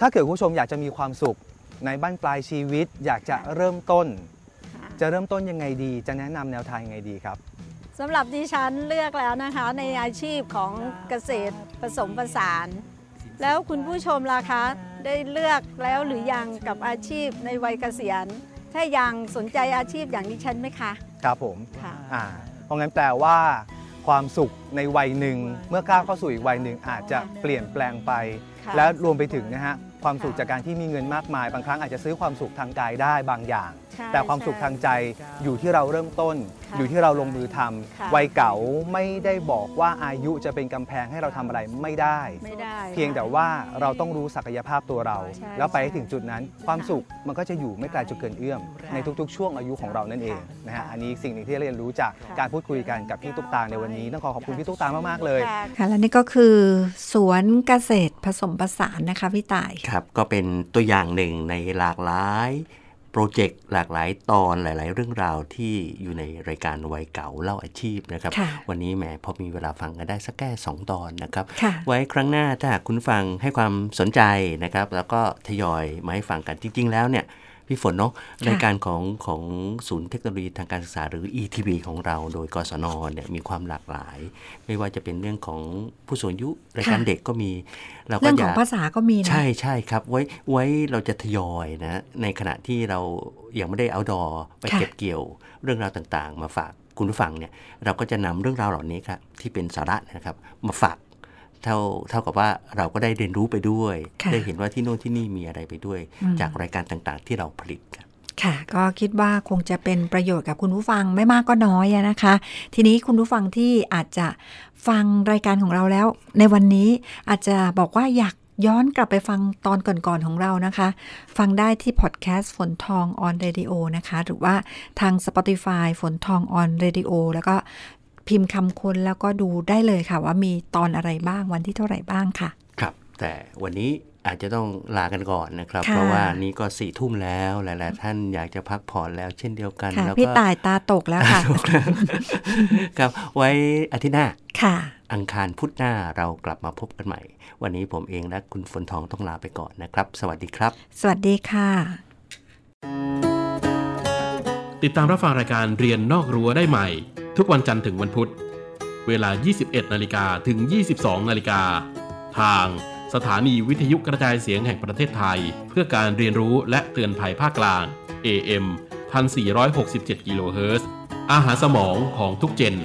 E: ถ้าเกิดคุณผู้ชมอยากจะมีความสุขในบ้านปลายชีวิต อยากจะเริ่มต้น
I: ค่ะ
E: จะเริ่มต้นยังไงดี จะแนะนำแนวทางยังไงดีครับ
I: สำหรับดิฉันเลือกแล้วนะคะ ในอาชีพของเกษตรผสมผสาน แล้วคุณผู้ชมล่ะคะ ได้เลือกแล้วหรือยังกับอาชีพในวัยเกษียณ ถ้ายังสนใจอาชีพอย่างดิฉันไหมคะ
E: ครับผม
I: ค่ะ
E: อ่าเพราะงั้นแปลว่า ความสุขในวัยหนึ่ง เมื่อก้าวเข้าสู่อีกวัยหนึ่งอาจจะเปลี่ยนแปลงไป
I: ค่ะ
E: และรวมไปถึงนะฮะความสุข
I: ค่ะ
E: จากการที่มีเงินมากมาย บางครั้งอาจจะซื้อความสุขทางกายได้บางอย่าง
I: ใช่
E: แต่ความสุขทางใจอยู่ที่เราเริ่มต้น
I: ค่ะ
E: อยู่ที่เราลงมือทำ
I: ค่ะ
E: วัยเก่าไม่ได้บอกว่าอายุจะเป็นกำแพงให้เราทำอะไรไม่ได้
I: ไม่ได้
E: เพียงแต่ว่าเราต้องรู้ศักยภาพตัวเรา
I: ใช่
E: แล้วไปให้
I: ใช่
E: ถึงจุดนั้น ความสุขมันก็จะอยู่ไม่ไกลจนเกินเอื้อม
I: ค่ะ
E: ในทุกๆ ช่วงอายุของเรานั่นเอง
I: ค่ะ
E: นะฮะ
I: ค่ะ
E: อันนี้สิ่งหนึ่งที่เรียนรู้จาก
I: ค่ะ
E: การพูดคุยกันกับพี่ตุ๊กตาในวันนี้ต้องขอขอบคุณ
I: ค่ะ
E: พี่ตุ๊กตามากๆเลย
I: ค่ะ
D: ค่ะและนี่ก็คือสวนเกษตรผสมผสานนะคะพี่ต่าย
C: ครับก็เป็นตัวอย่างหนึ่งในหลากหลายโปรเจกต์หลากหลายตอนหลาย ๆ เรื่องราวที่อยู่ในรายการวัยเก่าเล่าอาชีพนะครับ
D: ค่ะ
C: วันนี้แหมพอมีเวลาฟังกันได้สักแค่สองตอนนะครับ
D: ค่ะ
C: ไว้ครั้งหน้าถ้าหากคุณฟังให้ความสนใจนะครับ แล้วก็ทยอยมาให้ฟังกันจริง ๆ แล้วเนี่ยพี่ฝนเนาะรายการของของศูนย์เทคโนโลยีทางการศึกษาหรือ ETB ของเราโดยกศนเนี่ยมีความหลากหลาย ไม่ว่าจะเป็นเรื่องของผู้สูงอายุรายการเด็กก็มีเราก็
D: เรื่องของ
C: จะ
D: ภาษาก็มีนะ
C: ใช่ใช่ครับ ไว้ไว้เราจะทยอยนะ ในขณะที่เรายังไม่ได้เอาดอไป
D: ค่ะ
C: เก็บเกี่ยวเรื่องราวต่างๆ มาฝากคุณผู้ฟังเนี่ยเราก็จะนำเรื่องราวเหล่านี้ครับที่เป็นสาระนะครับมาฝากเท่าเท่ากับว่าเราก็ได้เรียนรู้ไปด้วย
D: ค่ะ
C: ได้เห็นว่าที่โน่นที่นี่มีอะไรไปด้วย
D: อืม
C: จากรายการต่างๆ ที่เราผลิตครับ
D: ค่ะ ก็คิดว่าคงจะเป็นประโยชน์กับคุณผู้ฟังไม่มากก็น้อยอะนะคะ ทีนี้คุณผู้ฟังที่อาจจะฟังรายการของเราแล้ว ในวันนี้อาจจะบอกว่าอยากย้อนกลับไปฟังตอนก่อนๆของเรานะคะ ฟังได้ที่พอดแคสต์ฝนทองออนเรดิโอนะคะ หรือว่าทาง Spotify ฝนทองออนเรดิโอแล้วก็พิมพ์คำค้นแล้วก็ดูได้เลยค่ะ ว่ามีตอนอะไรบ้างวันที่เท่าไหร่บ้างค่ะ
C: ครับ แต่วันนี้อาจจะต้องลากันก่อนนะครับ
D: ค่ะ
C: เพราะว่านี่ก็สี่ทุ่มแล้วหลายๆท่านอยากจะพักผ่อนแล้วเช่นเดียวกัน
D: ค่ะ
C: แล้ว
D: พี่
C: ก็
D: ต่ายตาตกแล้วค่ะ
C: ครับ ไว้อาทิตย์หน้า
D: ค่ะ
C: อังคารพุธหน้าเรากลับมาพบกันใหม่ วันนี้ผมเองและคุณฝนทองต้องลาไปก่อนนะครับ สวัสดีครับ
D: สวัสดีค่ะ
A: ติดตามรับฟังรายการเรียนนอกรั้วได้ใหม่ ทุกวันจันทร์ถึงวันพุธ เวลา 21 นาฬิกาถึง 22 นาฬิกา ทางสถานีวิทยุกระจายเสียงแห่งประเทศไทย เพื่อการเรียนรู้และเตือนภัยภาคกลาง AM 1467กิโลเฮิรตซ์อาหารสมองของทุกเจน